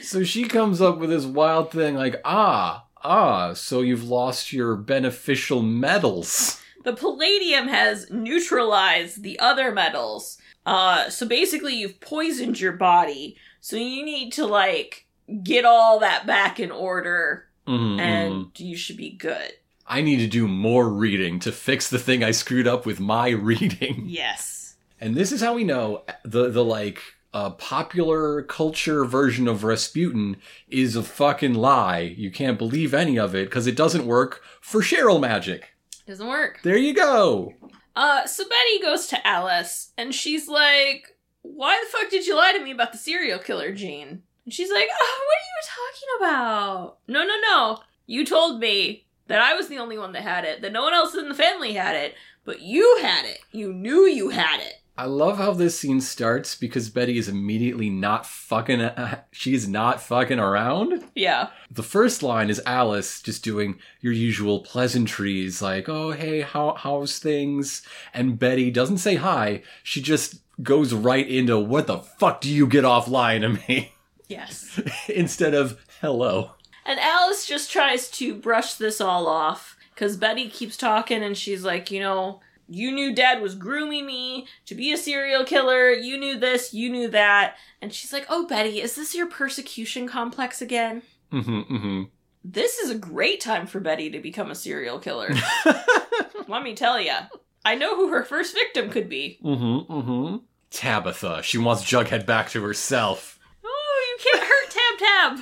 Speaker 3: So she comes up with this wild thing like, "Ah, ah, so you've lost your beneficial metals."
Speaker 2: The palladium has neutralized the other metals. Uh, so basically, you've poisoned your body. So you need to like get all that back in order,
Speaker 3: Mm-hmm.
Speaker 2: and you should be good.
Speaker 3: I need to do more reading to fix the thing I screwed up with my reading.
Speaker 2: Yes.
Speaker 3: And this is how we know the the like uh, popular culture version of Rasputin is a fucking lie. You can't believe any of it because it doesn't work for Cheryl magic.
Speaker 2: Doesn't work.
Speaker 3: There you go.
Speaker 2: Uh, so Betty goes to Alice and she's like, Why the fuck did you lie to me about the serial killer gene? And she's like, oh, What are you talking about? No, no, no. You told me that I was the only one that had it, that no one else in the family had it, but you had it. You knew you had it.
Speaker 3: I love how this scene starts because Betty is immediately not fucking. she's not fucking around.
Speaker 2: Yeah.
Speaker 3: The first line is Alice just doing your usual pleasantries, like, oh, hey, how, how's things? And Betty doesn't say hi. She just goes right into, what the fuck do you get off lying to me?
Speaker 2: Yes.
Speaker 3: Instead of, hello.
Speaker 2: And Alice just tries to brush this all off because Betty keeps talking and she's like, you know, you knew dad was grooming me to be a serial killer. You knew this, you knew that. And she's like, oh, Betty, is this your persecution complex again?
Speaker 3: Mm hmm, mm
Speaker 2: This is a great time for Betty to become a serial killer. Let me tell ya. I know who her first victim could be.
Speaker 3: mm-hmm, hmm, mm hmm, mm hmm. Tabitha, she wants Jughead back to herself.
Speaker 2: Oh, you tab.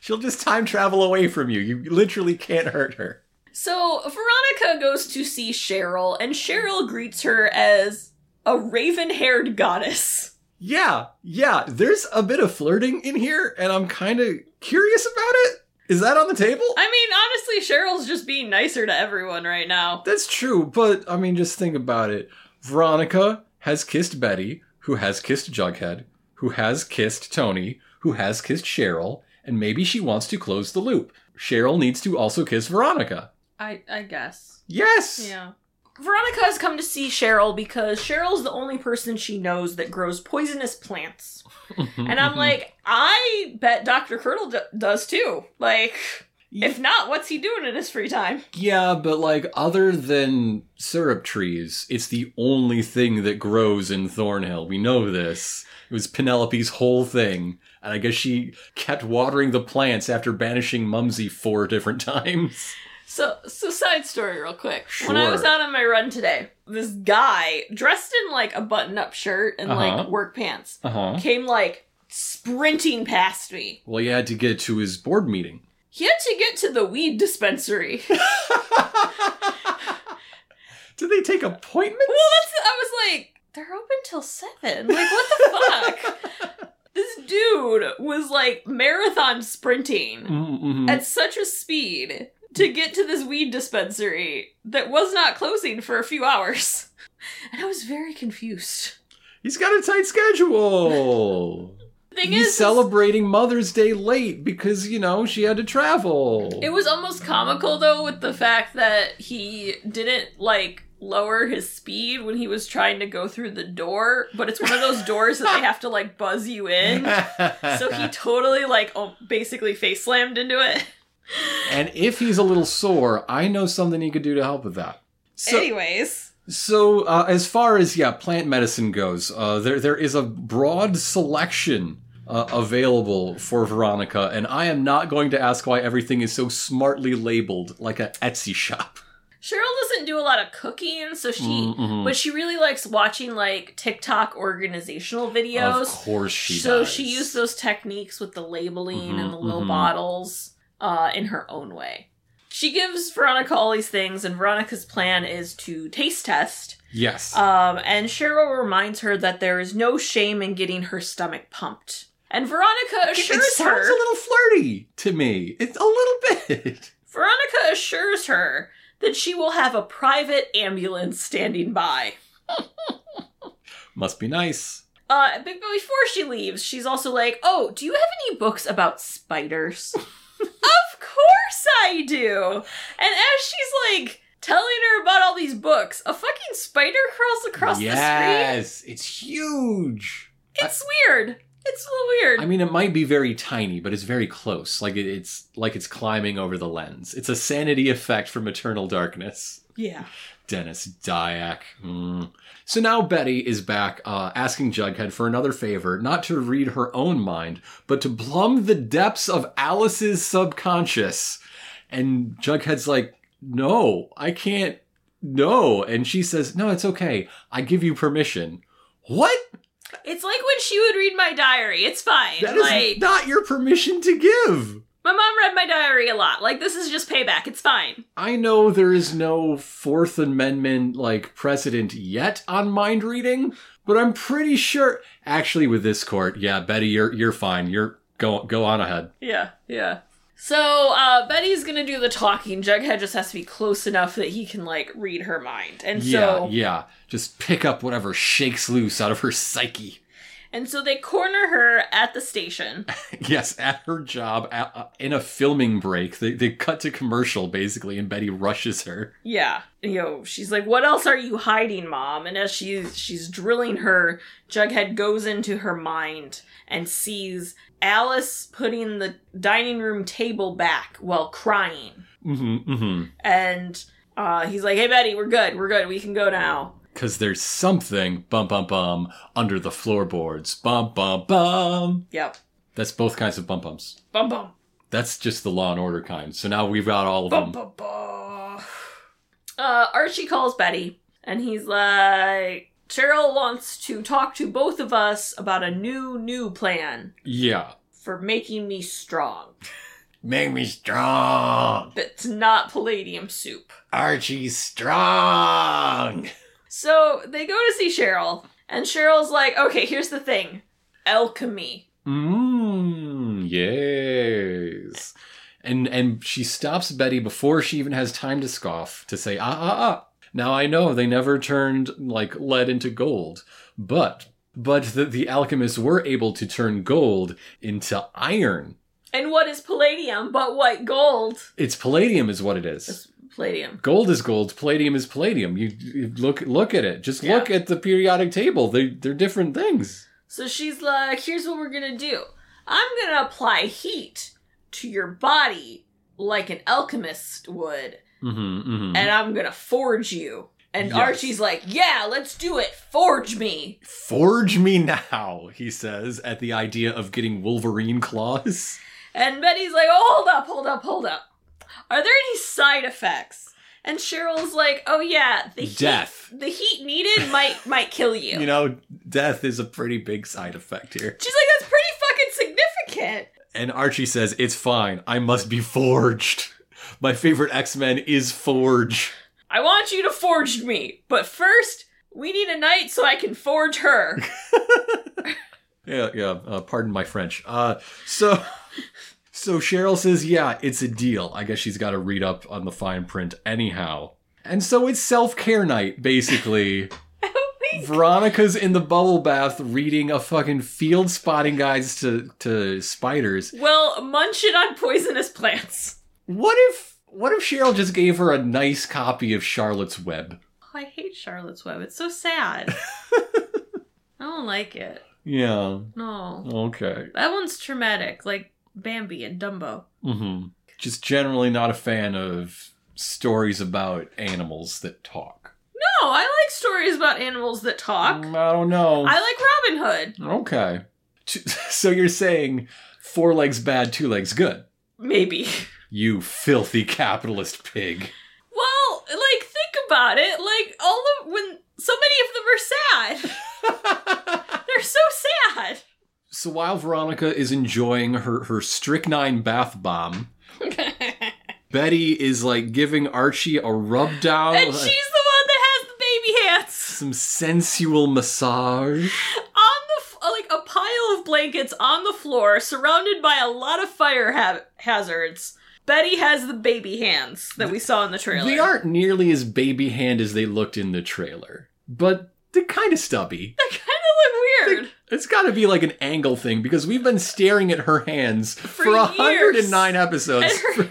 Speaker 3: She'll just time travel away from you. You literally can't hurt her.
Speaker 2: So Veronica goes to see Cheryl, and Cheryl greets her as a raven haired goddess.
Speaker 3: Yeah, yeah, there's a bit of flirting in here, and I'm kind of curious about it. Is that on the table?
Speaker 2: I mean, honestly, Cheryl's just being nicer to everyone right now.
Speaker 3: That's true, but I mean, just think about it. Veronica has kissed Betty, who has kissed Jughead, who has kissed Tony, who has kissed Cheryl, and maybe she wants to close the loop. Cheryl needs to also kiss Veronica.
Speaker 2: I, I guess.
Speaker 3: Yes!
Speaker 2: Yeah. Veronica has come to see Cheryl because Cheryl's the only person she knows that grows poisonous plants. And
Speaker 3: Mm-hmm.
Speaker 2: I'm like, I bet Dr. Curdle d- does too. Like, if not, what's he doing in his free time?
Speaker 3: Yeah, but like other than syrup trees, it's the only thing that grows in Thornhill. We know this. It was Penelope's whole thing. And I guess she kept watering the plants after banishing Mumsy four different times.
Speaker 2: So, so side story, real quick. When I was
Speaker 3: Sure.
Speaker 2: out on my run today, this guy dressed in like a button-up shirt and like
Speaker 3: Uh-huh.
Speaker 2: work pants
Speaker 3: Uh-huh.
Speaker 2: came like sprinting past me.
Speaker 3: Well, he had to get to his board meeting.
Speaker 2: He had to get to the weed dispensary. well,
Speaker 3: Did they take appointments?
Speaker 2: that's I was like, they're open till seven. Like, what the fuck? this dude was like marathon sprinting
Speaker 3: Mm-hmm.
Speaker 2: at such a speed to get to this weed dispensary that was not closing for a few hours, and I was very confused.
Speaker 3: He's got a tight schedule.
Speaker 2: Thing
Speaker 3: He's
Speaker 2: is,
Speaker 3: celebrating Mother's Day late because, you know, she had to travel.
Speaker 2: It was almost comical though with the fact that he didn't like lower his speed when he was trying to go through the door, but it's one of those doors that they have to like buzz you in. So he totally like um, basically face slammed into it.
Speaker 3: And if he's a little sore, I know something he could do to help with that. So,
Speaker 2: Anyways,
Speaker 3: so uh, as far as yeah, plant medicine goes, uh, there there is a broad selection uh, available for Veronica, and I am not going to ask why everything is so smartly labeled like a Etsy shop.
Speaker 2: Cheryl doesn't do a lot of cooking, so she
Speaker 3: Mm-mm.
Speaker 2: but she really likes watching like TikTok organizational
Speaker 3: Of
Speaker 2: videos.
Speaker 3: course she
Speaker 2: so
Speaker 3: does.
Speaker 2: she used those techniques with the labeling and the
Speaker 3: Mhm,
Speaker 2: little
Speaker 3: mhm.
Speaker 2: bottles uh, in her own way. She gives Veronica all these things, and Veronica's plan is to taste test.
Speaker 3: Yes.
Speaker 2: Um, and Cheryl reminds her that there is no shame in getting her stomach pumped. And Veronica
Speaker 3: it, it
Speaker 2: assures
Speaker 3: sounds
Speaker 2: her.
Speaker 3: a little flirty to me. It's a little bit.
Speaker 2: Veronica assures her that she will have a private ambulance standing by.
Speaker 3: Must be nice.
Speaker 2: Uh, but but before she leaves, she's also like, "Oh, do you have any books about spiders?" of course I do. And as she's like telling her about all these books, a fucking spider crawls across the screen.
Speaker 3: yes, it's huge.
Speaker 2: It's weird. It's a little weird.
Speaker 3: I mean, it might be very tiny, but it's very close. Like it, it's like it's climbing over the lens. It's a sanity effect from Eternal Darkness.
Speaker 2: yeah.
Speaker 3: Dennis Dyack. Mm. So now Betty is back, uh, asking Jughead for another favor, not to read her own mind, but to plumb the depths of Alice's subconscious. And Jughead's like, "No, I can't. No." And she says, "No, it's okay. I give you permission." What?
Speaker 2: It's like when she would read my diary. It's fine.
Speaker 3: That is
Speaker 2: like
Speaker 3: not your permission to give.
Speaker 2: my mom read my diary a lot. Like this is just payback. It's fine.
Speaker 3: I know there is no Fourth Amendment like precedent yet on mind reading, but I'm pretty sure actually with this court, yeah, Betty, you're you're fine. You're go go on ahead.
Speaker 2: Yeah, yeah. So uh, Betty's gonna do the talking. Jughead just has to be close enough that he can like read her mind, and so
Speaker 3: yeah, yeah. Just pick up whatever shakes loose out of her psyche.
Speaker 2: and so they corner her at the station.
Speaker 3: yes, at her job at, uh, in a filming break, they they cut to commercial basically, and Betty rushes her.
Speaker 2: yeah, you know she's like, "What else are you hiding, mom?" And as she's she's drilling her, Jughead goes into her mind and sees Alice putting the dining room table back while crying,
Speaker 3: Mm-hmm, mm-hmm.
Speaker 2: and uh, he's like, "Hey Betty, we're good, we're good, we can go now."
Speaker 3: Cause there's something bum bum bum under the floorboards. Bum bum bum.
Speaker 2: Yep,
Speaker 3: That's both kinds of bum bums.
Speaker 2: bum bum.
Speaker 3: That's just the Law and Order kind. So now we've got all of them.
Speaker 2: Uh, Archie calls Betty, and he's like, Cheryl wants to talk to both of us about a new, new plan.
Speaker 3: Yeah.
Speaker 2: for making me strong.
Speaker 3: Make me strong.
Speaker 2: That's not palladium soup.
Speaker 3: Archie strong.
Speaker 2: So they go to see Cheryl, and Cheryl's like, okay, here's the thing alchemy.
Speaker 3: Mmm, yes. And and she stops Betty before she even has time to scoff to say, ah ah ah. Now I know they never turned like lead into gold, but but the, the alchemists were able to turn gold into iron.
Speaker 2: And what is palladium but white gold?
Speaker 3: It's palladium is what it is.
Speaker 2: It's palladium.
Speaker 3: Gold is gold, palladium is palladium. You, you look look at it. Just look at the periodic table. They they're different things.
Speaker 2: So she's like, here's what we're gonna do I'm gonna apply heat to your body like an alchemist would,
Speaker 3: Mhm, mhm.
Speaker 2: and I'm gonna forge you. And
Speaker 3: Yes.
Speaker 2: Archie's like, yeah, let's do it. Forge me.
Speaker 3: Forge me now, he says, at the idea of getting Wolverine claws.
Speaker 2: And Betty's like, oh, hold up, hold up, hold up. Are there any side effects? And Cheryl's like, oh yeah, the heat,
Speaker 3: Death.
Speaker 2: the heat needed might might kill you.
Speaker 3: You know, death is a pretty big side effect here.
Speaker 2: She's like, that's pretty fucking significant.
Speaker 3: And Archie says, It's fine, I must be forged. My favorite X Men is Forge.
Speaker 2: I want you to forge me, but first we need a knight so I can forge her.
Speaker 3: Yeah, yeah, uh, pardon my French. Uh, so. So Cheryl says, Yeah, it's a deal. I guess she's got to read up on the fine print anyhow. And so it's self care night, basically. Veronica's in the bubble bath reading a fucking field spotting guides to, to spiders.
Speaker 2: well, munch it on poisonous plants.
Speaker 3: What if what if Cheryl just gave her a nice copy of Charlotte's Web?
Speaker 2: Oh, I hate Charlotte's Web. It's so sad. I don't like it.
Speaker 3: Yeah.
Speaker 2: No,
Speaker 3: Okay.
Speaker 2: that one's traumatic, like Bambi and Dumbo.
Speaker 3: Mm-hmm. Just generally not a fan of stories about animals that talk.
Speaker 2: No, I like stories about animals that talk.
Speaker 3: Mm, I don't know.
Speaker 2: I like Robin Hood.
Speaker 3: okay. T- So you're saying four legs bad, two legs good.
Speaker 2: Maybe.
Speaker 3: You filthy capitalist pig.
Speaker 2: Well, like think about it. Like all of when so many of them are sad. They're so sad.
Speaker 3: So while Veronica is enjoying her, her strychnine bath bomb, Betty is like giving Archie a rub down,
Speaker 2: and she's the one that has the baby hands
Speaker 3: some sensual massage.
Speaker 2: on the f- uh, like a pile of blankets on the floor, surrounded by a lot of fire ha- hazards. Betty has the baby hands that we saw in the trailer.
Speaker 3: They aren't nearly as baby hand as they looked in the trailer, but they're kind of stubby.
Speaker 2: They kind of look weird.
Speaker 3: It's got to be like an angle thing because we've been staring at her hands for,
Speaker 2: years.
Speaker 3: 109
Speaker 2: And
Speaker 3: episodes.
Speaker 2: her, and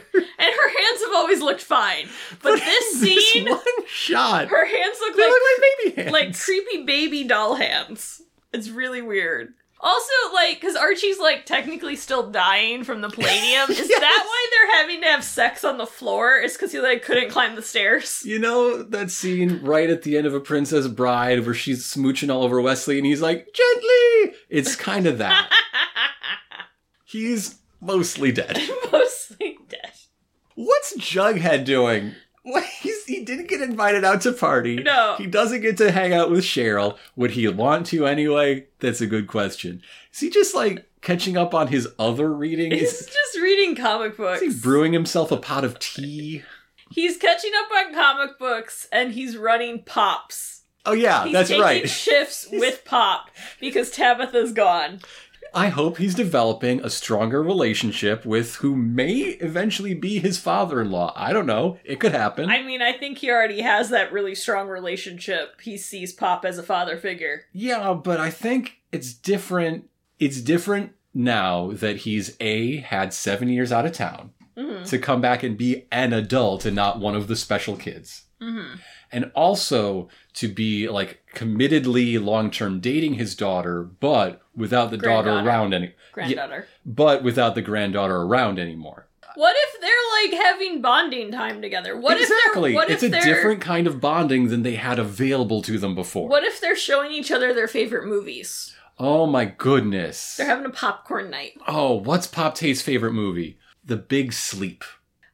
Speaker 2: her hands have always looked fine, but this
Speaker 3: This
Speaker 2: scene,
Speaker 3: one shot.
Speaker 2: her hands look
Speaker 3: they
Speaker 2: like
Speaker 3: look like baby hands.
Speaker 2: like creepy baby doll hands. It's really weird. Also, like, because Archie's like technically still dying from the palladium. Is
Speaker 3: Yes.
Speaker 2: that why they're having to have sex on the floor? Is because he like couldn't climb the stairs?
Speaker 3: You know that scene right at the end of A Princess Bride where she's smooching all over Wesley and he's like, gently! It's kind of that. he's mostly dead.
Speaker 2: Mostly dead.
Speaker 3: What's Jughead doing? Well, he's, he didn't get invited out to party.
Speaker 2: No.
Speaker 3: He doesn't get to hang out with Cheryl. Would he want to anyway? That's a good question. Is he just like catching up on his other reading?
Speaker 2: He's
Speaker 3: Is,
Speaker 2: just reading comic books.
Speaker 3: is he brewing himself a pot of tea?
Speaker 2: He's catching up on comic books and he's running pops.
Speaker 3: Oh, yeah,
Speaker 2: He's
Speaker 3: that's
Speaker 2: taking
Speaker 3: right.
Speaker 2: shifts with Pop because Tabitha's gone.
Speaker 3: I hope he's developing a stronger relationship with who may eventually be his father in law. I don't know. It could happen.
Speaker 2: I mean, I think he already has that really strong relationship. He sees Pop as a father figure.
Speaker 3: Yeah, but I think it's different. It's different now that he's A, had seven years out of town
Speaker 2: Mhm.
Speaker 3: to come back and be an adult and not one of the special kids.
Speaker 2: Mm-hmm.
Speaker 3: And also to be like committedly long term dating his daughter, but without the daughter
Speaker 2: Granddaughter.
Speaker 3: around any
Speaker 2: Granddaughter.
Speaker 3: but without the granddaughter around anymore.
Speaker 2: What if they're like having bonding time together? What
Speaker 3: exactly.
Speaker 2: if they're, what
Speaker 3: it's
Speaker 2: if
Speaker 3: a
Speaker 2: they're,
Speaker 3: different kind of bonding than they had available to them before.
Speaker 2: What if they're showing each other their favorite movies?
Speaker 3: Oh my goodness.
Speaker 2: They're having a popcorn night.
Speaker 3: Oh, what's Pop Tate's favorite movie? The Big Sleep.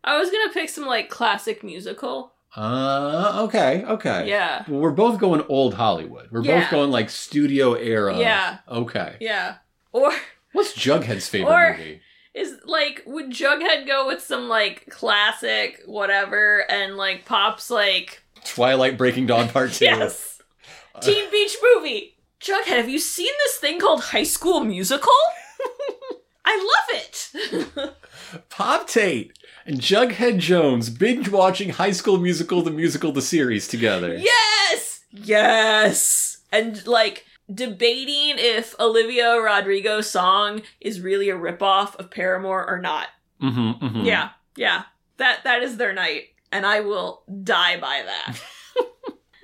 Speaker 2: I was gonna pick some like classic musical.
Speaker 3: Uh, okay, okay.
Speaker 2: Yeah.
Speaker 3: Well, we're both going old Hollywood. We're
Speaker 2: Yeah.
Speaker 3: both going like studio era.
Speaker 2: Yeah.
Speaker 3: Okay.
Speaker 2: Yeah. Or
Speaker 3: What's Jughead's favorite
Speaker 2: Or-
Speaker 3: movie?
Speaker 2: Is like would Jughead go with some like classic whatever and like pops like
Speaker 3: Twilight Breaking Dawn Part 2.
Speaker 2: yes Teen Beach Movie. Jughead, have you seen this thing called High School Musical? I love it.
Speaker 3: Pop Tate and Jughead Jones binge watching High School Musical, the musical, the series together.
Speaker 2: Yes! Yes! And like debating if Olivia Rodrigo's song is really a ripoff of Paramore or not.
Speaker 3: Mm-hmm, mm-hmm.
Speaker 2: Yeah, yeah. That that is their night. And I will die by that.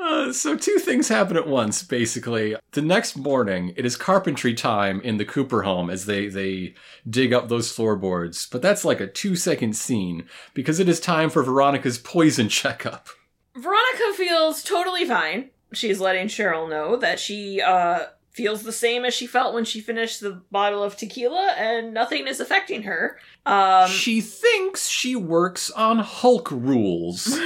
Speaker 3: Uh, so two things happen at once, basically. The next morning, it is carpentry time in the Cooper home as they they dig up those floorboards. But that's like a two second scene because it is time for Veronica's poison checkup.
Speaker 2: Veronica feels totally fine. She's letting Cheryl know that she uh feels the same as she felt when she finished the bottle of tequila and nothing is affecting her. Um
Speaker 3: she thinks she works on Hulk rules.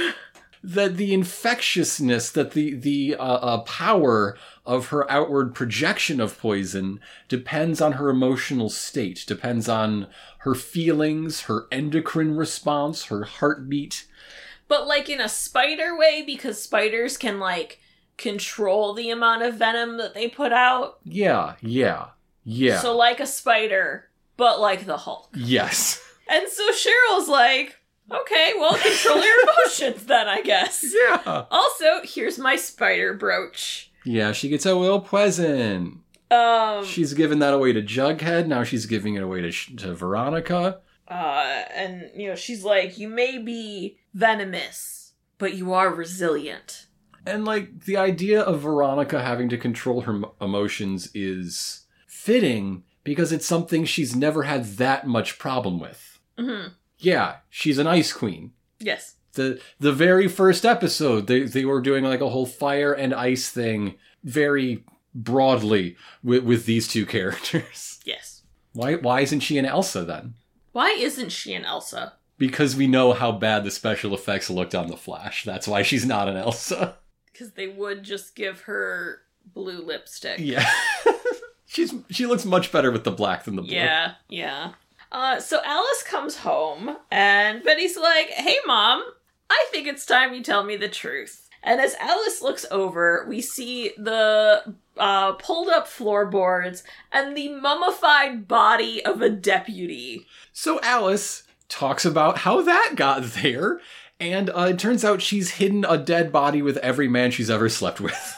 Speaker 3: that the infectiousness, that the the uh, uh, power of her outward projection of poison depends on her emotional state, depends on her feelings, her endocrine response, her heartbeat.
Speaker 2: but like in a spider way because spiders can like control the amount of venom that they put out.
Speaker 3: Yeah, yeah, yeah.
Speaker 2: So like a spider, but like the Hulk.
Speaker 3: yes.
Speaker 2: And so Cheryl's like, okay, well, control your emotions then, I guess.
Speaker 3: Yeah.
Speaker 2: Also, here's my spider brooch.
Speaker 3: Yeah, she gets a will present.
Speaker 2: Um,
Speaker 3: She's giving that away to Jughead. Now she's giving it away to, Sh- to Veronica.
Speaker 2: uh, and you know, she's like, you may be venomous, but you are resilient.
Speaker 3: And like the idea of Veronica having to control her m- emotions is fitting because it's something she's never had that much problem with.
Speaker 2: hmm
Speaker 3: Yeah, she's an ice queen.
Speaker 2: Yes.
Speaker 3: The the very first episode, they they were doing like a whole fire and ice thing very broadly with, with these two characters.
Speaker 2: Yes.
Speaker 3: Why why isn't she an Elsa then?
Speaker 2: Why isn't she an Elsa?
Speaker 3: Because we know how bad the special effects looked on the Flash. That's why she's not an Elsa.
Speaker 2: Because they would just give her blue lipstick.
Speaker 3: Yeah. she's she looks much better with the black than the blue.
Speaker 2: Yeah, yeah. Uh, so Alice comes home, and Betty's like, "Hey, mom, I think it's time you tell me the truth." And as Alice looks over, we see the uh, pulled up floorboards and the mummified body of a deputy.
Speaker 3: So Alice talks about how that got there, and uh, it turns out she's hidden a dead body with every man she's ever slept with.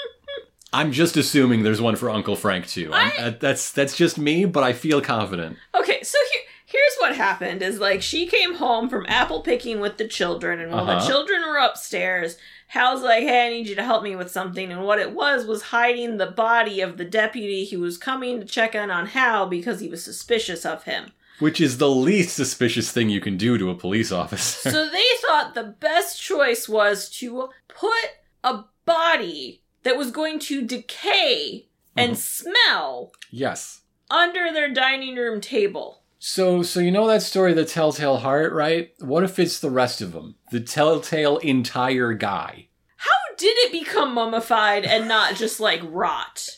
Speaker 3: I'm just assuming there's one for Uncle Frank too. I'm-
Speaker 2: I-
Speaker 3: uh, that's that's just me, but I feel confident.
Speaker 2: Okay, so here. Here's what happened is like she came home from apple picking with the children, and while
Speaker 3: Uh-huh.
Speaker 2: the children were upstairs, Hal's like, Hey, I need you to help me with something. And what it was was hiding the body of the deputy who was coming to check in on Hal because he was suspicious of him.
Speaker 3: Which is the least suspicious thing you can do to a police officer.
Speaker 2: so they thought the best choice was to put a body that was going to decay and smell
Speaker 3: yes.
Speaker 2: under their dining room table.
Speaker 3: So so you know that story, the Telltale Heart, right? What if it's the rest of them, the Telltale entire guy?
Speaker 2: How did it become mummified and not just like rot?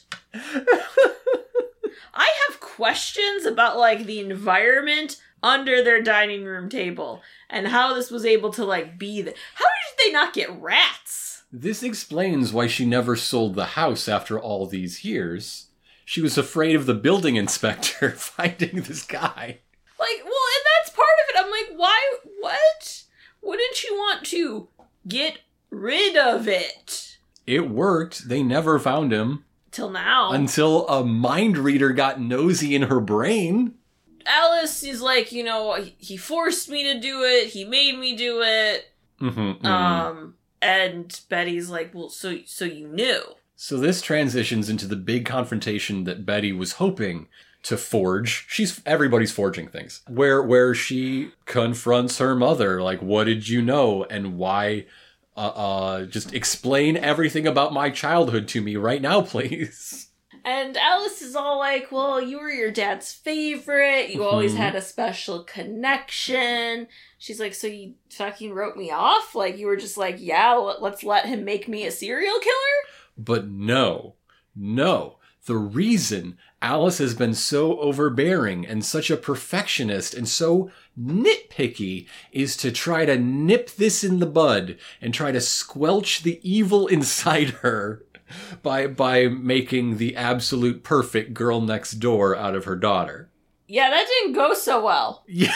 Speaker 2: I have questions about like the environment under their dining room table and how this was able to like be there. How did they not get rats?
Speaker 3: This explains why she never sold the house after all these years. She was afraid of the building inspector finding this guy.
Speaker 2: Like, well, and that's part of it. I'm like, why? What? Wouldn't you want to get rid of it?
Speaker 3: It worked. They never found him
Speaker 2: Till now.
Speaker 3: until a mind reader got nosy in her brain.
Speaker 2: Alice is like, you know, he forced me to do it, he made me do it.
Speaker 3: Mm-hmm.
Speaker 2: Um, and Betty's like, well, so so you knew.
Speaker 3: so this transitions into the big confrontation that Betty was hoping to forge. She's everybody's forging things. Where where she confronts her mother, like, what did you know and why? Uh, uh, just explain everything about my childhood to me right now, please.
Speaker 2: And Alice is all like, well, you were your dad's favorite. You always
Speaker 3: Mhm.
Speaker 2: had a special connection. She's like, so you fucking wrote me off? Like, you were just like, yeah, let- let's let him make me a serial killer?
Speaker 3: But no, no. the reason Alice has been so overbearing and such a perfectionist and so nitpicky is to try to nip this in the bud and try to squelch the evil inside her by by making the absolute perfect girl next door out of her daughter.
Speaker 2: Yeah, that didn't go so well.
Speaker 3: Yeah.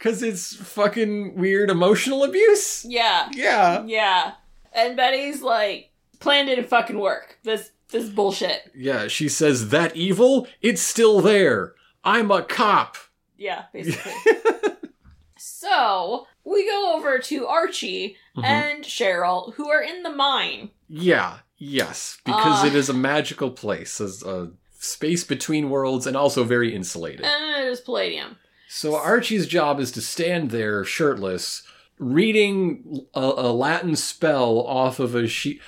Speaker 3: Cuz it's fucking weird emotional abuse.
Speaker 2: Yeah.
Speaker 3: Yeah.
Speaker 2: Yeah. And Betty's like, plan didn't fucking work. This this bullshit.
Speaker 3: Yeah, she says that evil, it's still there. I'm a cop.
Speaker 2: Yeah, basically. so we go over to Archie
Speaker 3: Mhm.
Speaker 2: and Cheryl, who are in the mine.
Speaker 3: Yeah, yes, because
Speaker 2: Ah.
Speaker 3: it is a magical place, as a space between worlds, and also very insulated.
Speaker 2: And there's Eh, Palladium.
Speaker 3: So Archie's job is to stand there shirtless, reading a, a Latin spell off of a sheet.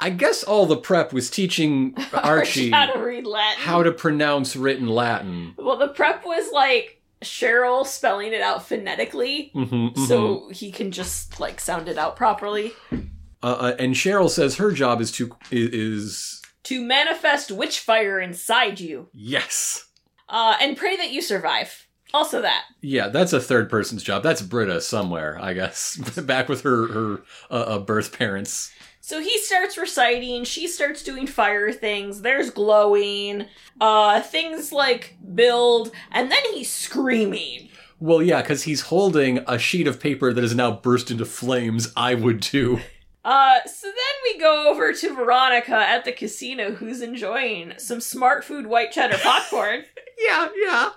Speaker 3: I guess all the prep was teaching Archie
Speaker 2: how to read Latin.
Speaker 3: how to pronounce written Latin.
Speaker 2: well, the prep was like Cheryl spelling it out phonetically.
Speaker 3: Mhm, mhm.
Speaker 2: So he can just like sound it out properly.
Speaker 3: uh, uh, and Cheryl says her job is to i- is
Speaker 2: To manifest witch fire inside you,
Speaker 3: yes,
Speaker 2: uh, and pray that you survive. Also, that.
Speaker 3: yeah. That's a third person's job. That's Britta somewhere, I guess, back with her her uh, uh, birth parents.
Speaker 2: So he starts reciting, she starts doing fire things, there's glowing, uh, things like build, and then he's screaming.
Speaker 3: Well, yeah, because he's holding a sheet of paper that has now burst into flames. I would too.
Speaker 2: Uh, so then we go over to Veronica at the casino who's enjoying some smart food white cheddar popcorn.
Speaker 3: Yeah, yeah.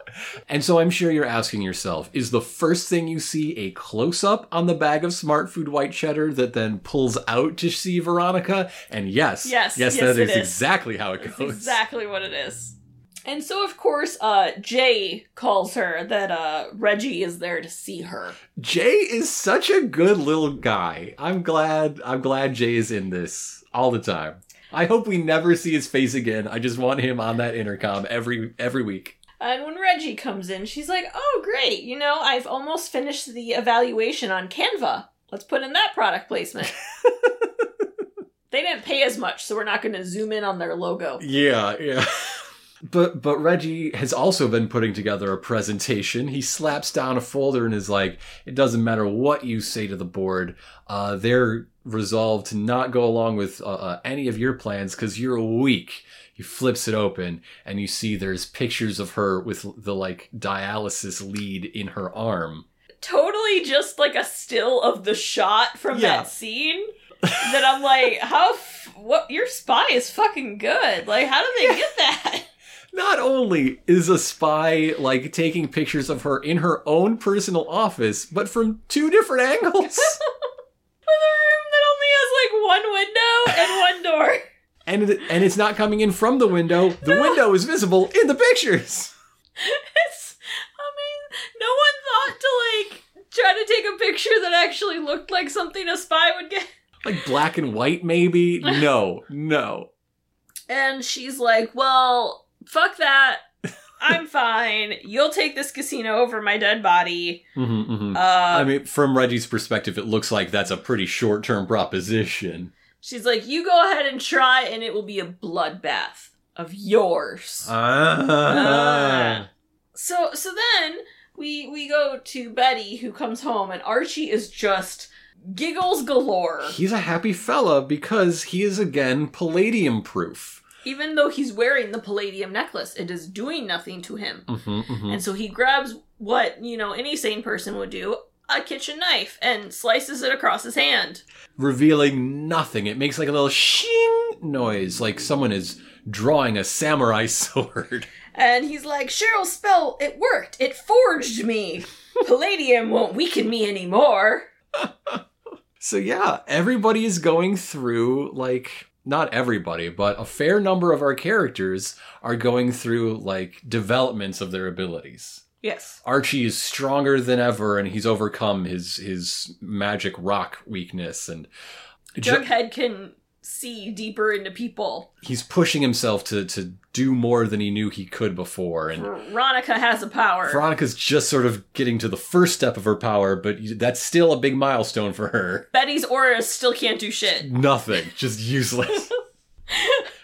Speaker 3: And so I'm sure you're asking yourself is the first thing you see a close up on the bag of smart food white cheddar that then pulls out to see Veronica? And yes,
Speaker 2: Yes,
Speaker 3: yes,
Speaker 2: yes,
Speaker 3: that
Speaker 2: it
Speaker 3: is
Speaker 2: is.
Speaker 3: exactly how it
Speaker 2: That's
Speaker 3: goes.
Speaker 2: exactly what it is. And so, of course, uh, Jay calls her that uh, Reggie is there to see her.
Speaker 3: Jay is such a good little guy. I'm glad I'm glad Jay is in this all the time. I hope we never see his face again. I just want him on that intercom every every week.
Speaker 2: And when Reggie comes in, she's like, "Oh, great! You know, I've almost finished the evaluation on Canva. Let's put in that product placement." they didn't pay as much, so we're not going to zoom in on their logo.
Speaker 3: Yeah, yeah. But but Reggie has also been putting together a presentation. He slaps down a folder and is like, "It doesn't matter what you say to the board. Uh, they're resolved to not go along with uh, uh, any of your plans because you're weak." He flips it open and you see there's pictures of her with the like dialysis lead in her arm.
Speaker 2: Totally, just like a still of the shot from
Speaker 3: Yeah.
Speaker 2: that scene. that I'm like, how? F- what? Your spy is fucking good. Like, how did they get that?
Speaker 3: Not only is a spy like taking pictures of her in her own personal office, but from two different angles.
Speaker 2: with a room that only has like one window and one door.
Speaker 3: and it, and it's not coming in from the window. The
Speaker 2: No.
Speaker 3: window is visible in the pictures.
Speaker 2: It's, I mean, no one thought to like try to take a picture that actually looked like something a spy would get.
Speaker 3: Like black and white, maybe. No, no.
Speaker 2: And she's like, "Well, fuck that. I'm fine. You'll take this casino over my dead body."
Speaker 3: Mhm, mhm.
Speaker 2: Uh,
Speaker 3: I mean, from Reggie's perspective, it looks like that's a pretty short-term proposition.
Speaker 2: she's like, "You go ahead and try, and it will be a bloodbath of yours."
Speaker 3: Uh. Ah.
Speaker 2: So so then we we go to Betty who comes home and Archie is just giggles galore.
Speaker 3: He's a happy fella because he is again palladium-proof.
Speaker 2: Even though he's wearing the palladium necklace, it is doing nothing to him.
Speaker 3: Mhm, mhm.
Speaker 2: And so he grabs what, you know, any sane person would do, a kitchen knife and slices it across his hand.
Speaker 3: Revealing nothing, it makes like a little shing noise, like someone is drawing a samurai sword.
Speaker 2: And he's like, "Cheryl's spell, it worked. It forged me. Palladium won't weaken me anymore."
Speaker 3: So yeah, everybody is going through like not everybody, but a fair number of our characters are going through like developments of their abilities.
Speaker 2: Yes.
Speaker 3: Archie is stronger than ever and he's overcome his his magic rock weakness and Ju-
Speaker 2: Jughead can see deeper into people.
Speaker 3: he's pushing himself to to do more than he knew he could before and
Speaker 2: Veronica has a power.
Speaker 3: Veronica's just sort of getting to the first step of her power, but that's still a big milestone for her.
Speaker 2: Betty's aura still can't do shit.
Speaker 3: Nothing, just useless.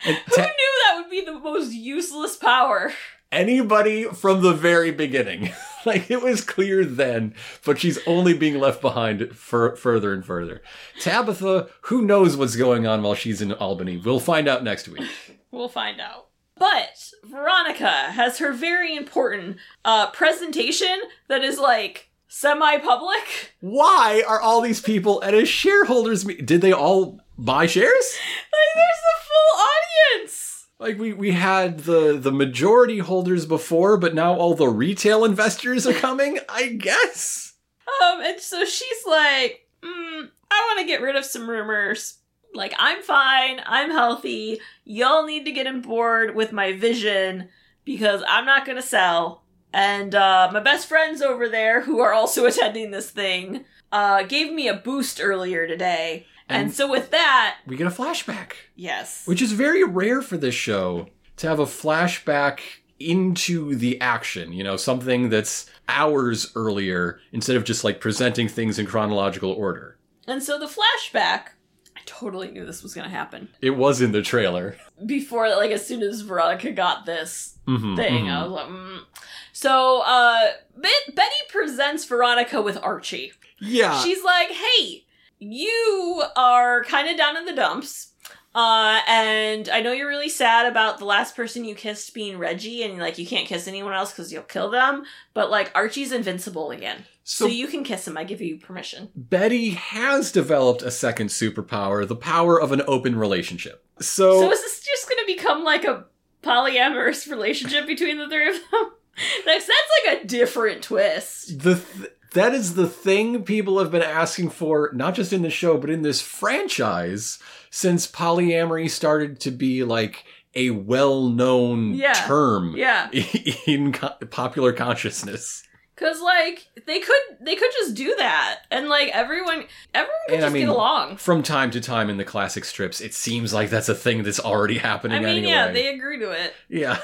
Speaker 3: And
Speaker 2: Who
Speaker 3: ta-
Speaker 2: knew that would be the most useless power.
Speaker 3: Anybody from the very beginning. like it was clear then, but she's only being left behind for further and further. Tabitha, who knows what's going on while she's in Albany? We'll find out next week.
Speaker 2: We'll find out. But Veronica has her very important uh, presentation that is like semi public.
Speaker 3: Why are all these people at a shareholders meeting? Did they all buy shares?
Speaker 2: Like, there's the full audience.
Speaker 3: Like we we had the the majority holders before, but now all the retail investors are coming. I guess.
Speaker 2: Um, and so she's like, mm, I want to get rid of some rumors. Like, I'm fine. I'm healthy. Y'all need to get on board with my vision because I'm not going to sell. And uh, my best friends over there, who are also attending this thing, uh, gave me a boost earlier today. And,
Speaker 3: And-
Speaker 2: so, with that,
Speaker 3: We get a flashback,
Speaker 2: yes.
Speaker 3: which is very rare for this show to have a flashback into the action. You know, something that's hours earlier instead of just like presenting things in chronological order.
Speaker 2: And so, the flashback, I totally knew this was going to happen.
Speaker 3: It was in the trailer.
Speaker 2: Before, like, as soon as Veronica got this,
Speaker 3: Mhm,
Speaker 2: thing.
Speaker 3: mhm.
Speaker 2: I was like, mm. so uh, Be- Betty presents Veronica with Archie.
Speaker 3: Yeah.
Speaker 2: She's like, "Hey, you are kind of down in the dumps." Uh, and I know you're really sad about the last person you kissed being Reggie, and like you can't kiss anyone else because you'll kill them. But like Archie's invincible again, so,
Speaker 3: so
Speaker 2: you can kiss him. I give you permission.
Speaker 3: Betty has developed a second superpower, the power of an open relationship.
Speaker 2: So is this just gonna become like a polyamorous relationship between the three of them? That's that's like a different twist.
Speaker 3: the th- that is the thing people have been asking for not just in the show but in this franchise since polyamory started to be like a well-known
Speaker 2: Yeah.
Speaker 3: term
Speaker 2: Yeah.
Speaker 3: in co- popular consciousness
Speaker 2: Cause like they could they could just do that and like everyone everyone could
Speaker 3: And, I
Speaker 2: just
Speaker 3: mean,
Speaker 2: get along.
Speaker 3: from time to time in the classic strips it seems like that's a thing that's already happening
Speaker 2: I mean,
Speaker 3: anyway
Speaker 2: yeah, they agree to it.
Speaker 3: Yeah.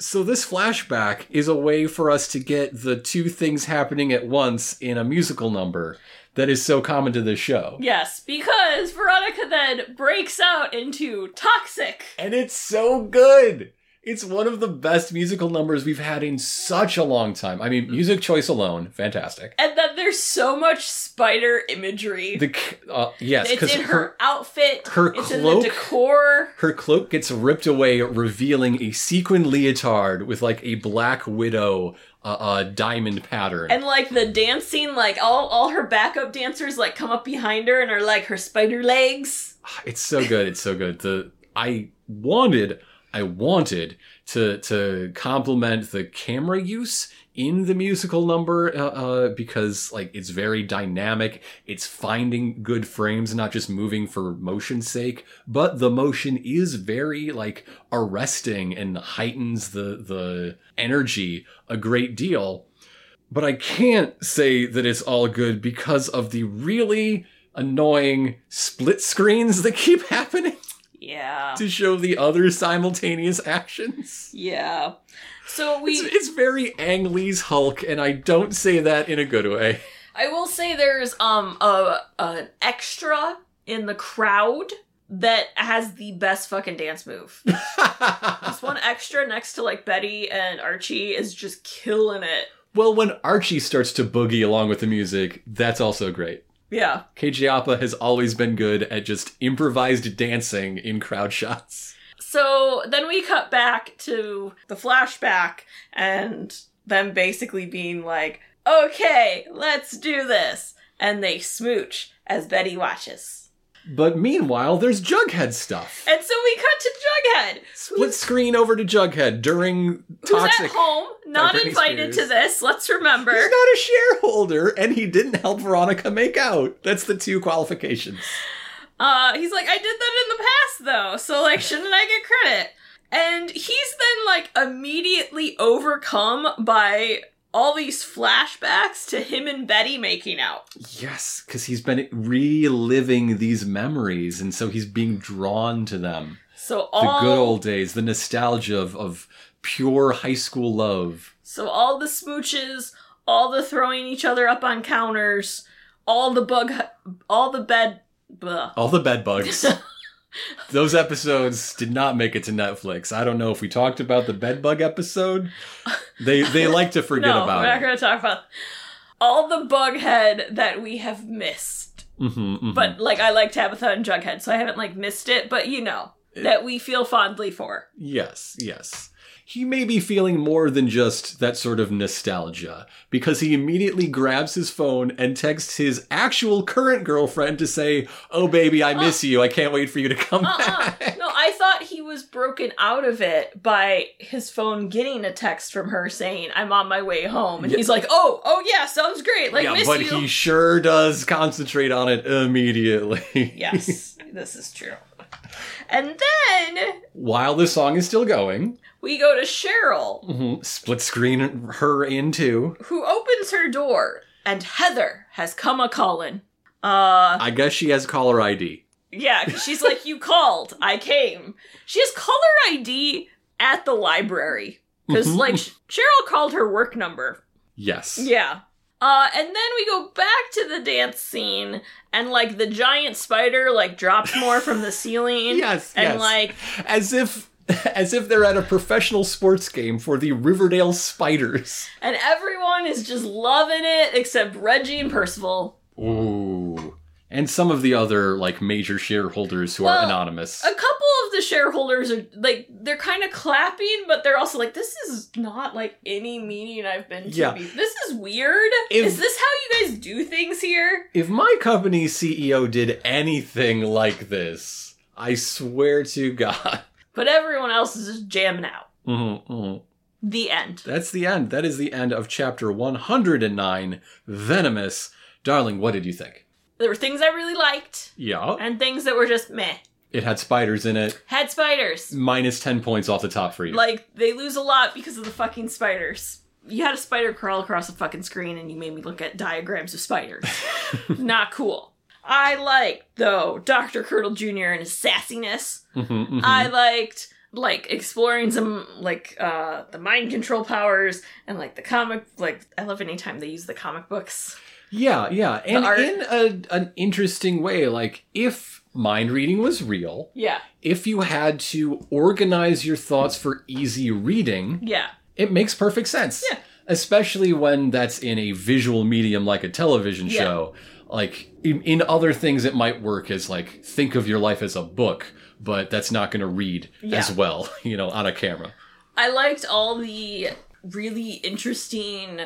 Speaker 3: So this flashback is a way for us to get the two things happening at once in a musical number that is so common to this show.
Speaker 2: Yes, because Veronica then breaks out into toxic.
Speaker 3: And it's so good. It's one of the best musical numbers we've had in such a long time. I
Speaker 2: Mm-hmm.
Speaker 3: mean, music choice alone, fantastic.
Speaker 2: And then there's so much spider imagery.
Speaker 3: The c- uh, yes,
Speaker 2: it's
Speaker 3: because
Speaker 2: in her,
Speaker 3: her
Speaker 2: outfit,
Speaker 3: her
Speaker 2: it's in
Speaker 3: cloak.
Speaker 2: the decor.
Speaker 3: her cloak gets ripped away, revealing a sequin leotard with like a black widow uh, uh, diamond pattern.
Speaker 2: And like the dancing, like all all her backup dancers like come up behind her and are like her spider legs.
Speaker 3: It's so good. It's so good. The I wanted I wanted to to complement the camera use in the musical number uh, uh, because like it's very dynamic. It's finding good frames, not just moving for motion's sake, but the motion is very like arresting and heightens the the energy a great deal. But I can't say that it's all good because of the really annoying split screens that keep happening
Speaker 2: Yeah.
Speaker 3: to show the other simultaneous actions.
Speaker 2: Yeah. So we
Speaker 3: It's, it's very Ang Lee's Hulk, and I don't say that in a good way.
Speaker 2: I will say there's um a an extra in the crowd that has the best fucking dance move. this one extra next to like Betty and Archie is just killing it.
Speaker 3: well, when Archie starts to boogie along with the music, that's also great.
Speaker 2: Yeah.
Speaker 3: KJapa has always been good at just improvised dancing in crowd shots.
Speaker 2: So then we cut back to the flashback and them basically being like, "Okay, let's do this." And they smooch as Betty watches.
Speaker 3: But meanwhile, there's Jughead stuff.
Speaker 2: And so we cut to Jughead,
Speaker 3: Split screen over to Jughead during
Speaker 2: who's
Speaker 3: Toxic.
Speaker 2: at home, not
Speaker 3: Britney
Speaker 2: invited to
Speaker 3: Spears.
Speaker 2: this. Let's remember.
Speaker 3: He's not a shareholder, and he didn't help Veronica make out. That's the two qualifications.
Speaker 2: Uh, he's like, I did that in the past though, so like, shouldn't I get credit? And he's then like immediately overcome by all these flashbacks to him and Betty making out.
Speaker 3: Yes, because he's been reliving these memories, and so he's being drawn to them.
Speaker 2: So
Speaker 3: The
Speaker 2: all
Speaker 3: good old days, the nostalgia of, of pure high school love.
Speaker 2: so all the smooches, all the throwing each other up on counters, all the bug, all the bed, blah,
Speaker 3: All the bed bugs. Those episodes did not make it to Netflix. I don't know if we talked about the bedbug episode. They they like to forget
Speaker 2: no, we're not
Speaker 3: about it.
Speaker 2: going to talk about all the bughead that we have missed.
Speaker 3: Mhm, mhm.
Speaker 2: But like, I like Tabitha and Jughead, so I haven't like missed it. But you know that we feel fondly for.
Speaker 3: Yes, yes. He may be feeling more than just that sort of nostalgia because he immediately grabs his phone and texts his actual current girlfriend to say, Oh, baby, I miss you. I can't wait for you to come
Speaker 2: Uh-uh.
Speaker 3: back.
Speaker 2: no, I thought he was broken out of it by his phone getting a text from her saying, "I'm on my way home," and he's like, "Oh, oh yeah, sounds great. Like,
Speaker 3: yeah,
Speaker 2: miss
Speaker 3: but
Speaker 2: you."
Speaker 3: he sure does concentrate on it immediately.
Speaker 2: yes, this is true. And then
Speaker 3: While the song is still going,
Speaker 2: we go to Cheryl,
Speaker 3: mhm, split screen her in two.
Speaker 2: who opens her door, and Heather has come a calling. Uh,
Speaker 3: I guess she has caller ID.
Speaker 2: yeah, 'cause she's like, "You called, I came." She has caller ID at the library because,
Speaker 3: Mhm.
Speaker 2: like, Cheryl called her work number
Speaker 3: Yes.
Speaker 2: Yeah. Uh, and then we go back to the dance scene, and like the giant spider like drops more from the ceiling.
Speaker 3: Yes,
Speaker 2: and
Speaker 3: yes.
Speaker 2: like
Speaker 3: As if. As if they're at a professional sports game for the Riverdale Spiders.
Speaker 2: and everyone is just loving it except Reggie and Percival.
Speaker 3: Ooh. And some of the other like major shareholders who are
Speaker 2: Well,
Speaker 3: anonymous.
Speaker 2: A couple of the shareholders are like they're kind of clapping, but they're also like, "This is not like any meeting I've been to.
Speaker 3: Yeah.
Speaker 2: be- This is weird.
Speaker 3: If-
Speaker 2: is this how you guys do things here?"
Speaker 3: if my company's CEO did anything like this, I swear to God.
Speaker 2: But everyone else is just jamming out.
Speaker 3: Mhm, mhm.
Speaker 2: The end.
Speaker 3: That's the end. That is the end of chapter 109 Venomous. Darling, what did you think?
Speaker 2: There were things I really liked,
Speaker 3: Yeah.
Speaker 2: and things that were just meh.
Speaker 3: It had spiders in it.
Speaker 2: Had spiders.
Speaker 3: Minus 10 points off the top for you.
Speaker 2: Like, they lose a lot because of the fucking spiders. You had a spider crawl across the fucking screen and you made me look at diagrams of spiders. Not cool. I liked, though, Dr. Kirtle Jr. and his sassiness.
Speaker 3: Mhm, mhm.
Speaker 2: I liked like exploring some like uh the mind control powers and like the comic like I love anytime they use the comic books.
Speaker 3: Yeah, yeah. And
Speaker 2: art.
Speaker 3: in a, an interesting way, like if mind reading was real,
Speaker 2: Yeah.
Speaker 3: if you had to organize your thoughts for easy reading,
Speaker 2: Yeah.
Speaker 3: it makes perfect sense.
Speaker 2: Yeah.
Speaker 3: Especially when that's in a visual medium like a television
Speaker 2: Yeah.
Speaker 3: show. Like in, in other things, it might work as like think of your life as a book, but that's not going to read
Speaker 2: Yeah.
Speaker 3: as well, you know, on a camera.
Speaker 2: I liked all the really interesting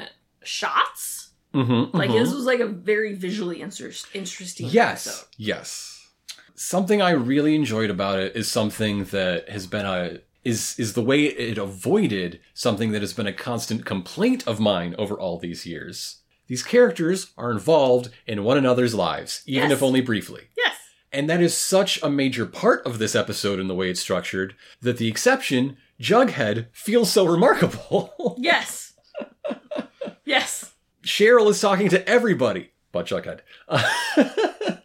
Speaker 2: shots
Speaker 3: Mm-hmm,
Speaker 2: Like this was like a very visually inter- interesting.
Speaker 3: Yes.
Speaker 2: episode.
Speaker 3: Yes. Something I really enjoyed about it is something that has been a is is the way it avoided something that has been a constant complaint of mine over all these years. These characters are involved in one another's lives, even
Speaker 2: Yes.
Speaker 3: if only briefly.
Speaker 2: Yes.
Speaker 3: And that is such a major part of this episode in the way it's structured that the exception, Jughead, feels so remarkable.
Speaker 2: Yes. yes.
Speaker 3: Cheryl is talking to everybody but Jughead.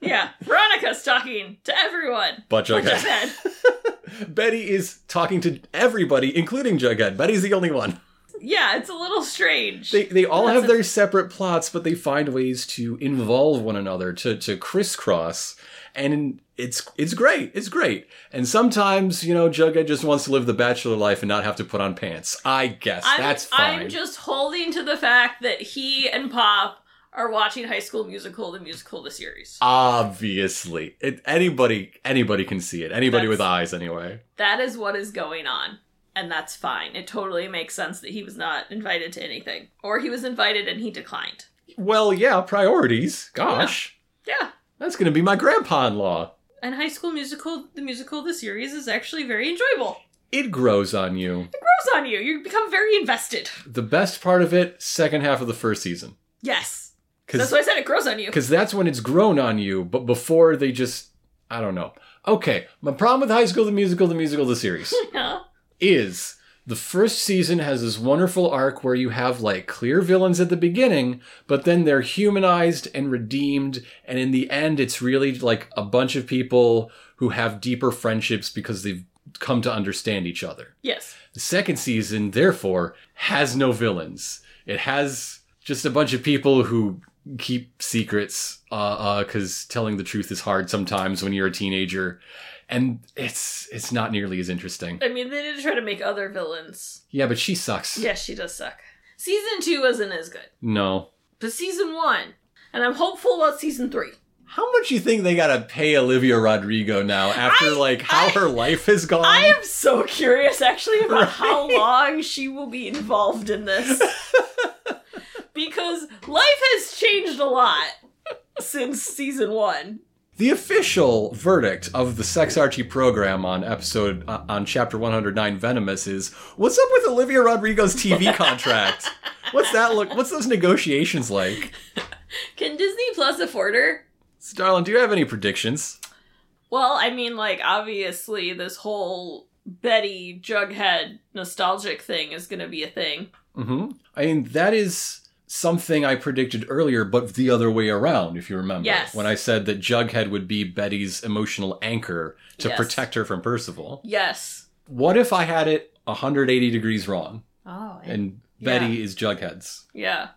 Speaker 2: Yeah. Veronica's talking to everyone.
Speaker 3: But
Speaker 2: Which
Speaker 3: Jughead.
Speaker 2: is bad.
Speaker 3: Betty is talking to everybody, including Jughead. Betty's the only one.
Speaker 2: Yeah, it's a little strange.
Speaker 3: They, they all
Speaker 2: That's
Speaker 3: have their separate plots, but they find ways to involve one another, to, to crisscross. And it's it's great. It's great. And sometimes, you know, Jughead just wants to live the bachelor life and not have to put on pants. I guess
Speaker 2: I'm,
Speaker 3: that's fine.
Speaker 2: I'm just holding to the fact that he and Pop are watching High School Musical, the musical, the series.
Speaker 3: Obviously, it, anybody anybody can see it. Anybody with eyes,
Speaker 2: That's-
Speaker 3: anyway.
Speaker 2: That is what is going on. And that's fine. It totally makes sense that he was not invited to anything. Or he was invited and he declined.
Speaker 3: Well, yeah, priorities. Gosh,
Speaker 2: Yeah.
Speaker 3: that's going to be my grandpa-in-law.
Speaker 2: And High School Musical, the musical, the series is actually very enjoyable.
Speaker 3: It grows on you.
Speaker 2: grows on you. You become very invested.
Speaker 3: The best part of it, second half of the first season.
Speaker 2: Yes. That's
Speaker 3: Because
Speaker 2: why I said it grows on you.
Speaker 3: that's, when it's grown on you, but before they just, I don't know. Okay, my problem with High School the Musical, the Musical, the series
Speaker 2: Yeah.
Speaker 3: is the first season has this wonderful arc where you have like clear villains at the beginning, but then they're humanized and redeemed, and in the end, it's really like a bunch of people who have deeper friendships because they've come to understand each other.
Speaker 2: Yes.
Speaker 3: The second season, therefore, has no villains. It has just a bunch of people who keep secrets uh uh because telling the truth is hard sometimes when you're a teenager and it's it's not nearly as interesting
Speaker 2: I mean, they did try to make other villains.
Speaker 3: yeah but she sucks
Speaker 2: Yeah, she does suck. Season two wasn't as good,
Speaker 3: no
Speaker 2: but season one, and I'm hopeful about season three.
Speaker 3: how much you think they gotta pay olivia rodrigo now after
Speaker 2: I-
Speaker 3: like how
Speaker 2: I-
Speaker 3: her life has gone
Speaker 2: I am so curious actually about how long she will be involved in this. because life has changed a lot since season one.
Speaker 3: The official verdict of the Sex Archie program on episode uh, on chapter 109 Venomous is what's up with Olivia Rodrigo's TV contract? what's that look what's those negotiations like?
Speaker 2: Can Disney Plus afford her?
Speaker 3: So, darling, do you have any predictions?
Speaker 2: Well, I mean, like, obviously, this whole Betty Jughead nostalgic thing is gonna be a thing.
Speaker 3: Mhm. I mean, that is something I predicted earlier but the other way around if you remember
Speaker 2: Yes.
Speaker 3: when I said that Jughead would be Betty's emotional anchor to
Speaker 2: Yes.
Speaker 3: protect her from Percival.
Speaker 2: Yes.
Speaker 3: What if I had it 180 degrees wrong
Speaker 2: Oh,
Speaker 3: and
Speaker 2: Yeah.
Speaker 3: Betty is Jughead's?
Speaker 2: yeah.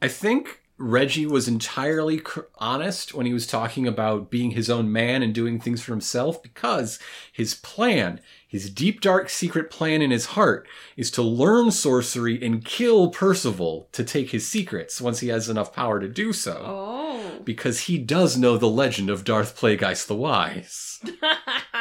Speaker 3: I think Reggie was entirely cr- honest when he was talking about being his own man and doing things for himself because his plan, his deep, dark, secret plan in his heart, is to learn sorcery and kill Percival to take his secrets once he has enough power to do so.
Speaker 2: Oh.
Speaker 3: Because he does know the legend of Darth Plagueis the Wise.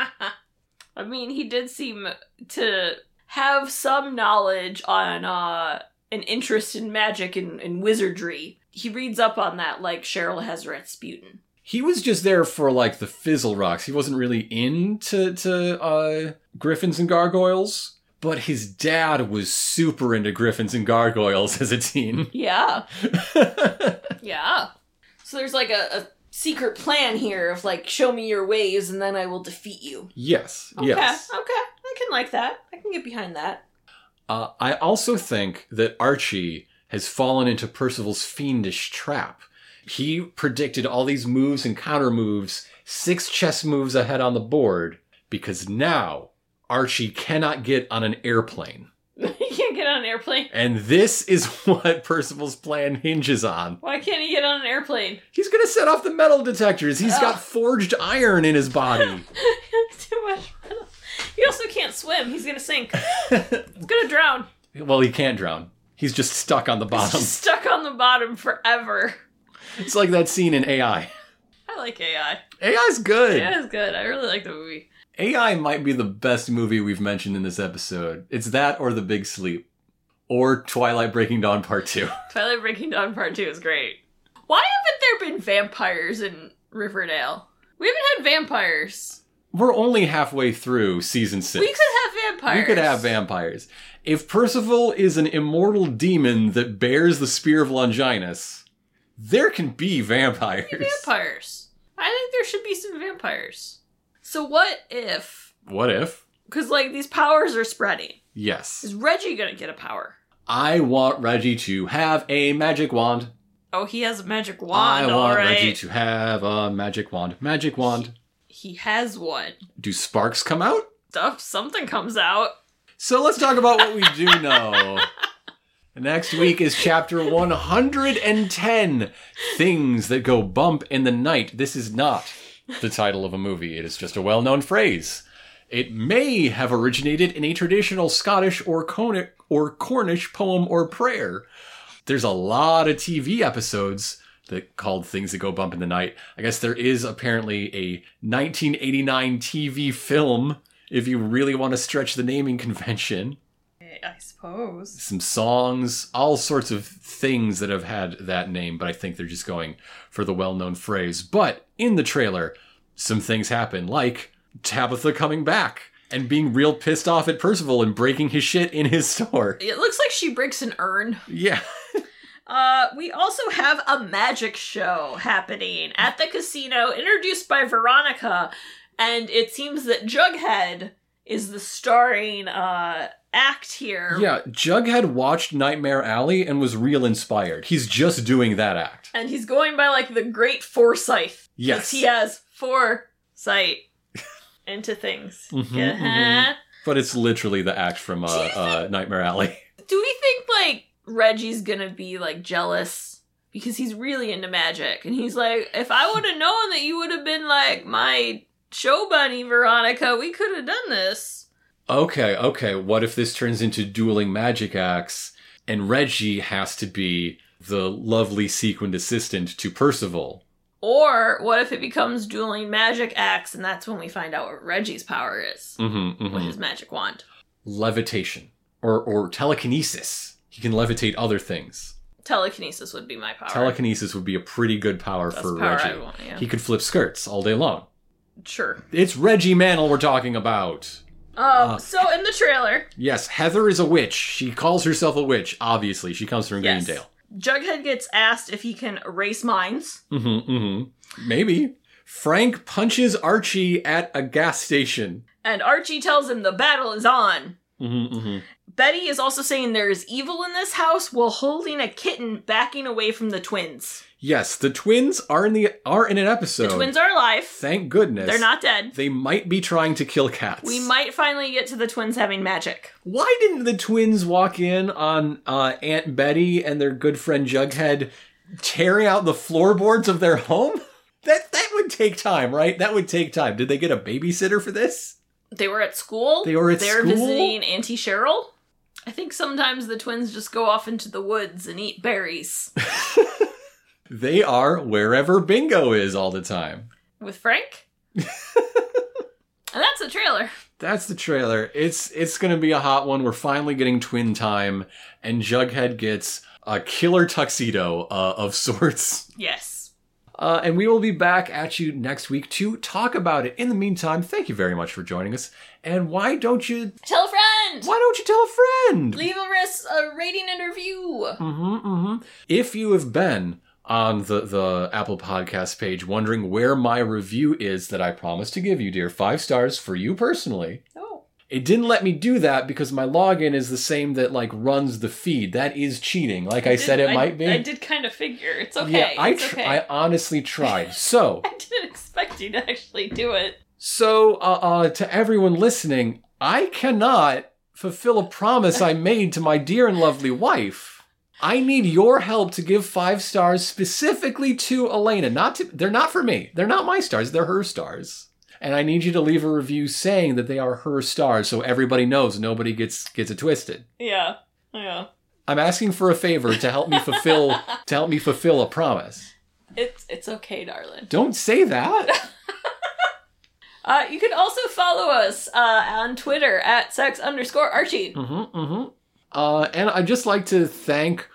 Speaker 2: I mean, he did seem to have some knowledge on uh, an interest in magic and, and wizardry. He reads up on that like Cheryl has Rasputin.
Speaker 3: He was just there for like the fizzle rocks. He wasn't really into to uh, griffins and gargoyles, but his dad was super into griffins and gargoyles as a teen.
Speaker 2: Yeah, yeah. So there's like a, a secret plan here of like, show me your ways and then I will defeat you.
Speaker 3: yes,
Speaker 2: Okay,
Speaker 3: yes.
Speaker 2: okay. I can like that. I can get behind that.
Speaker 3: Uh, I also think that Archie has fallen into Percival's fiendish trap. He predicted all these moves and counter moves, six chess moves ahead on the board, because now Archie cannot get on an airplane.
Speaker 2: you can't get on an airplane.
Speaker 3: And this is what Percival's plan hinges on.
Speaker 2: Why can't he get on an airplane?
Speaker 3: He's gonna set off the metal detectors. He's got
Speaker 2: Ugh.
Speaker 3: forged iron in his body.
Speaker 2: It's too much. metal. He also can't swim. He's gonna sink. He's gonna drown.
Speaker 3: well, he can't drown. He's just stuck on the
Speaker 2: He's
Speaker 3: bottom.
Speaker 2: just stuck on the bottom forever.
Speaker 3: It's like that scene in AI.
Speaker 2: I like AI.
Speaker 3: AI's good.
Speaker 2: AI is good. I really like the movie.
Speaker 3: AI might be the best movie we've mentioned in this episode. It's that or The Big Sleep. Or Twilight Breaking Dawn Part 2.
Speaker 2: Twilight Breaking Dawn Part 2 is great. Why haven't there been vampires in Riverdale? We haven't had vampires.
Speaker 3: We're only halfway through season 6.
Speaker 2: We could have vampires.
Speaker 3: We could have vampires. If Percival is an immortal demon that bears the spear of Longinus, there can be vampires.
Speaker 2: vampires. I think there should be some vampires. So what if
Speaker 3: What if?
Speaker 2: cuz like these powers are spreading.
Speaker 3: Yes.
Speaker 2: Is Reggie going to get a power?
Speaker 3: I want Reggie to have a magic wand.
Speaker 2: Oh, he has a magic wand,
Speaker 3: I want
Speaker 2: all right.
Speaker 3: Reggie to have a magic wand. Magic wand.
Speaker 2: He has one.
Speaker 3: Do sparks come out?
Speaker 2: Stuff something comes out.
Speaker 3: So let's talk about what we do know. Next week is chapter 110 Things That Go Bump in the Night. This is not the title of a movie, it is just a well known phrase. It may have originated in a traditional Scottish or, Coni- or Cornish poem or prayer. There's a lot of TV episodes that called Things That Go Bump in the Night. I guess there is apparently a 1989 TV film if you really want to stretch the naming convention.
Speaker 2: Eh, I suppose.
Speaker 3: Some songs, all sorts of things that have had that name, but I think they're just going for the well known phrase. But in the trailer, some things happen, like Tabitha coming back and being real pissed off at Percival and breaking his shit in his store.
Speaker 2: It looks like she breaks an urn.
Speaker 3: Yeah.
Speaker 2: Uh, we also have a magic show happening at the casino, introduced by Veronica, and it seems that Jughead is the starring uh act here.
Speaker 3: Yeah, Jughead watched Nightmare Alley and was real inspired. He's just doing that act.
Speaker 2: And he's going by like the Great Forsyth. 'cause
Speaker 3: Yes.
Speaker 2: he has foresight into things.
Speaker 3: Mhm,
Speaker 2: Yeah.
Speaker 3: mhm. But it's literally the act from uh,
Speaker 2: Do you think-
Speaker 3: uh, Nightmare Alley.
Speaker 2: Do we think like Reggie's gonna be like jealous because he's really into magic. And he's like, if I would have known that you would have been like my show bunny, Veronica, we could have done this.
Speaker 3: Okay, okay. What if this turns into dueling magic acts and Reggie has to be the lovely sequined assistant to Percival?
Speaker 2: Or what if it becomes dueling magic acts and that's when we find out what Reggie's power is
Speaker 3: Mm-hmm,
Speaker 2: with his magic wand?
Speaker 3: Levitation or or telekinesis. He can levitate other things.
Speaker 2: Telekinesis would be my power.
Speaker 3: Telekinesis would be a pretty good power
Speaker 2: That's
Speaker 3: for
Speaker 2: power
Speaker 3: Reggie.
Speaker 2: I want, yeah.
Speaker 3: He could flip skirts all day long.
Speaker 2: sure.
Speaker 3: It's Reggie Mantle we're talking about.
Speaker 2: Um,
Speaker 3: Uh.
Speaker 2: so in the trailer,
Speaker 3: Yes, Heather is a witch. She calls herself a witch, obviously. She comes from
Speaker 2: Yes.
Speaker 3: Greendale.
Speaker 2: Jughead gets asked if he can erase minds.
Speaker 3: Mm-hmm, mm-hmm. Maybe. Frank punches Archie at a gas station.
Speaker 2: And Archie tells him the battle is on.
Speaker 3: Mm-hmm, mm-hmm.
Speaker 2: Betty is also saying there is evil in this house while holding a kitten backing away from the twins.
Speaker 3: Yes, the twins are in the are in an episode.
Speaker 2: the twins are alive.
Speaker 3: Thank goodness.
Speaker 2: They're not dead.
Speaker 3: They might be trying to kill cats.
Speaker 2: We might finally get to the twins having magic.
Speaker 3: Why didn't the twins walk in on uh, Aunt Betty and their good friend Jughead tearing out the floorboards of their home? That that would take time, right? That would take time. Did they get a babysitter for this?
Speaker 2: They were at school.
Speaker 3: They were at
Speaker 2: They're
Speaker 3: school?
Speaker 2: visiting Auntie Cheryl. I think sometimes the twins just go off into the woods and eat berries
Speaker 3: They are wherever Bingo is all the time.
Speaker 2: with Frank. and that's the trailer.
Speaker 3: That's the trailer. It's it's going to be a hot one. We're finally getting twin time, and Jughead gets a killer tuxedo uh, of sorts.
Speaker 2: Yes.
Speaker 3: Uh, and we will be back at you next week to talk about it. In the meantime, thank you very much for joining us. And why don't you
Speaker 2: Tell a friend.
Speaker 3: why don't you tell a friend?
Speaker 2: Leave a, res- a rating and review.
Speaker 3: Mhm, mhm. If you have been on the the Apple Podcast page wondering where my review is that I promised to give you, dear, five stars for you personally.
Speaker 2: Oh.
Speaker 3: It didn't let me do that because my login is the same that like runs the feed. That is cheating. Like I, said, it might be.
Speaker 2: I did kind of figure. It's
Speaker 3: yeah,
Speaker 2: okay.
Speaker 3: I
Speaker 2: it's
Speaker 3: tr-
Speaker 2: okay.
Speaker 3: I honestly tried. So.
Speaker 2: I didn't expect you to actually do it.
Speaker 3: So, uh, uh, to everyone listening, I cannot fulfill a promise I made to my dear and lovely wife. I need your help to give five stars specifically to Elena. Not to, they're not for me. They're not my stars. They're her stars. And I need you to leave a review saying that they are her stars, so everybody knows. Nobody gets gets it twisted.
Speaker 2: Yeah. Yeah.
Speaker 3: I'm asking for a favor to help me fulfill to help me fulfill a promise.
Speaker 2: It's it's okay, darling.
Speaker 3: Don't say that.
Speaker 2: Uh, you can also follow us uh, on Twitter at sex underscore Archie.
Speaker 3: Mm-hmm, Uh, and I'd just like to thank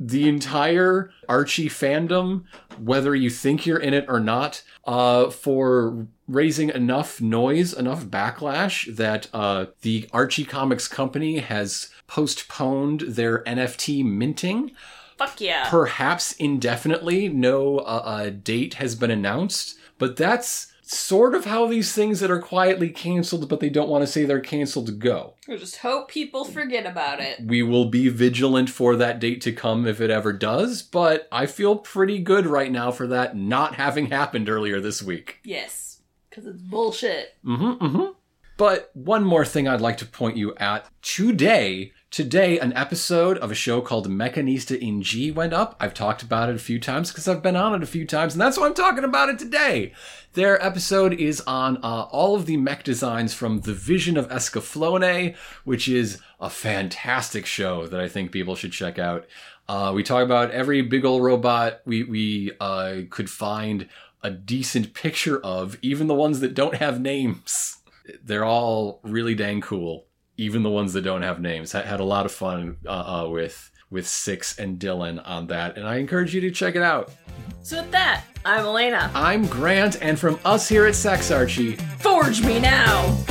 Speaker 3: the entire Archie fandom, whether you think you're in it or not, uh, for raising enough noise, enough backlash that uh, the Archie Comics Company has postponed their NFT minting,
Speaker 2: Fuck yeah.
Speaker 3: perhaps indefinitely. No uh, uh, date has been announced, but that's sort of how these things that are quietly canceled, but they don't want to say they're canceled, go
Speaker 2: We just hope people forget about it.
Speaker 3: we will be vigilant for that date to come if it ever does, but I feel pretty good right now for that not having happened earlier this week.
Speaker 2: Yes. Because it's bullshit.
Speaker 3: Mm-hmm, mm-hmm. But one more thing I'd like to point you at today. Today, an episode of a show called Mechanista in G went up. I've talked about it a few times because I've been on it a few times, and that's why I'm talking about it today. Their episode is on uh, all of the mech designs from The Vision of Escaflowne, which is a fantastic show that I think people should check out. Uh, we talk about every big old robot we, we uh, could find a decent picture of, even the ones that don't have names. They're all really dang cool, even the ones that don't have names. I had a lot of fun uh, uh, with with Six and Dylan on that, and I encourage you to check it out.
Speaker 2: So with that, I'm Elena.
Speaker 3: I'm Grant, and from us here at Sex Archie,
Speaker 2: Forge me now!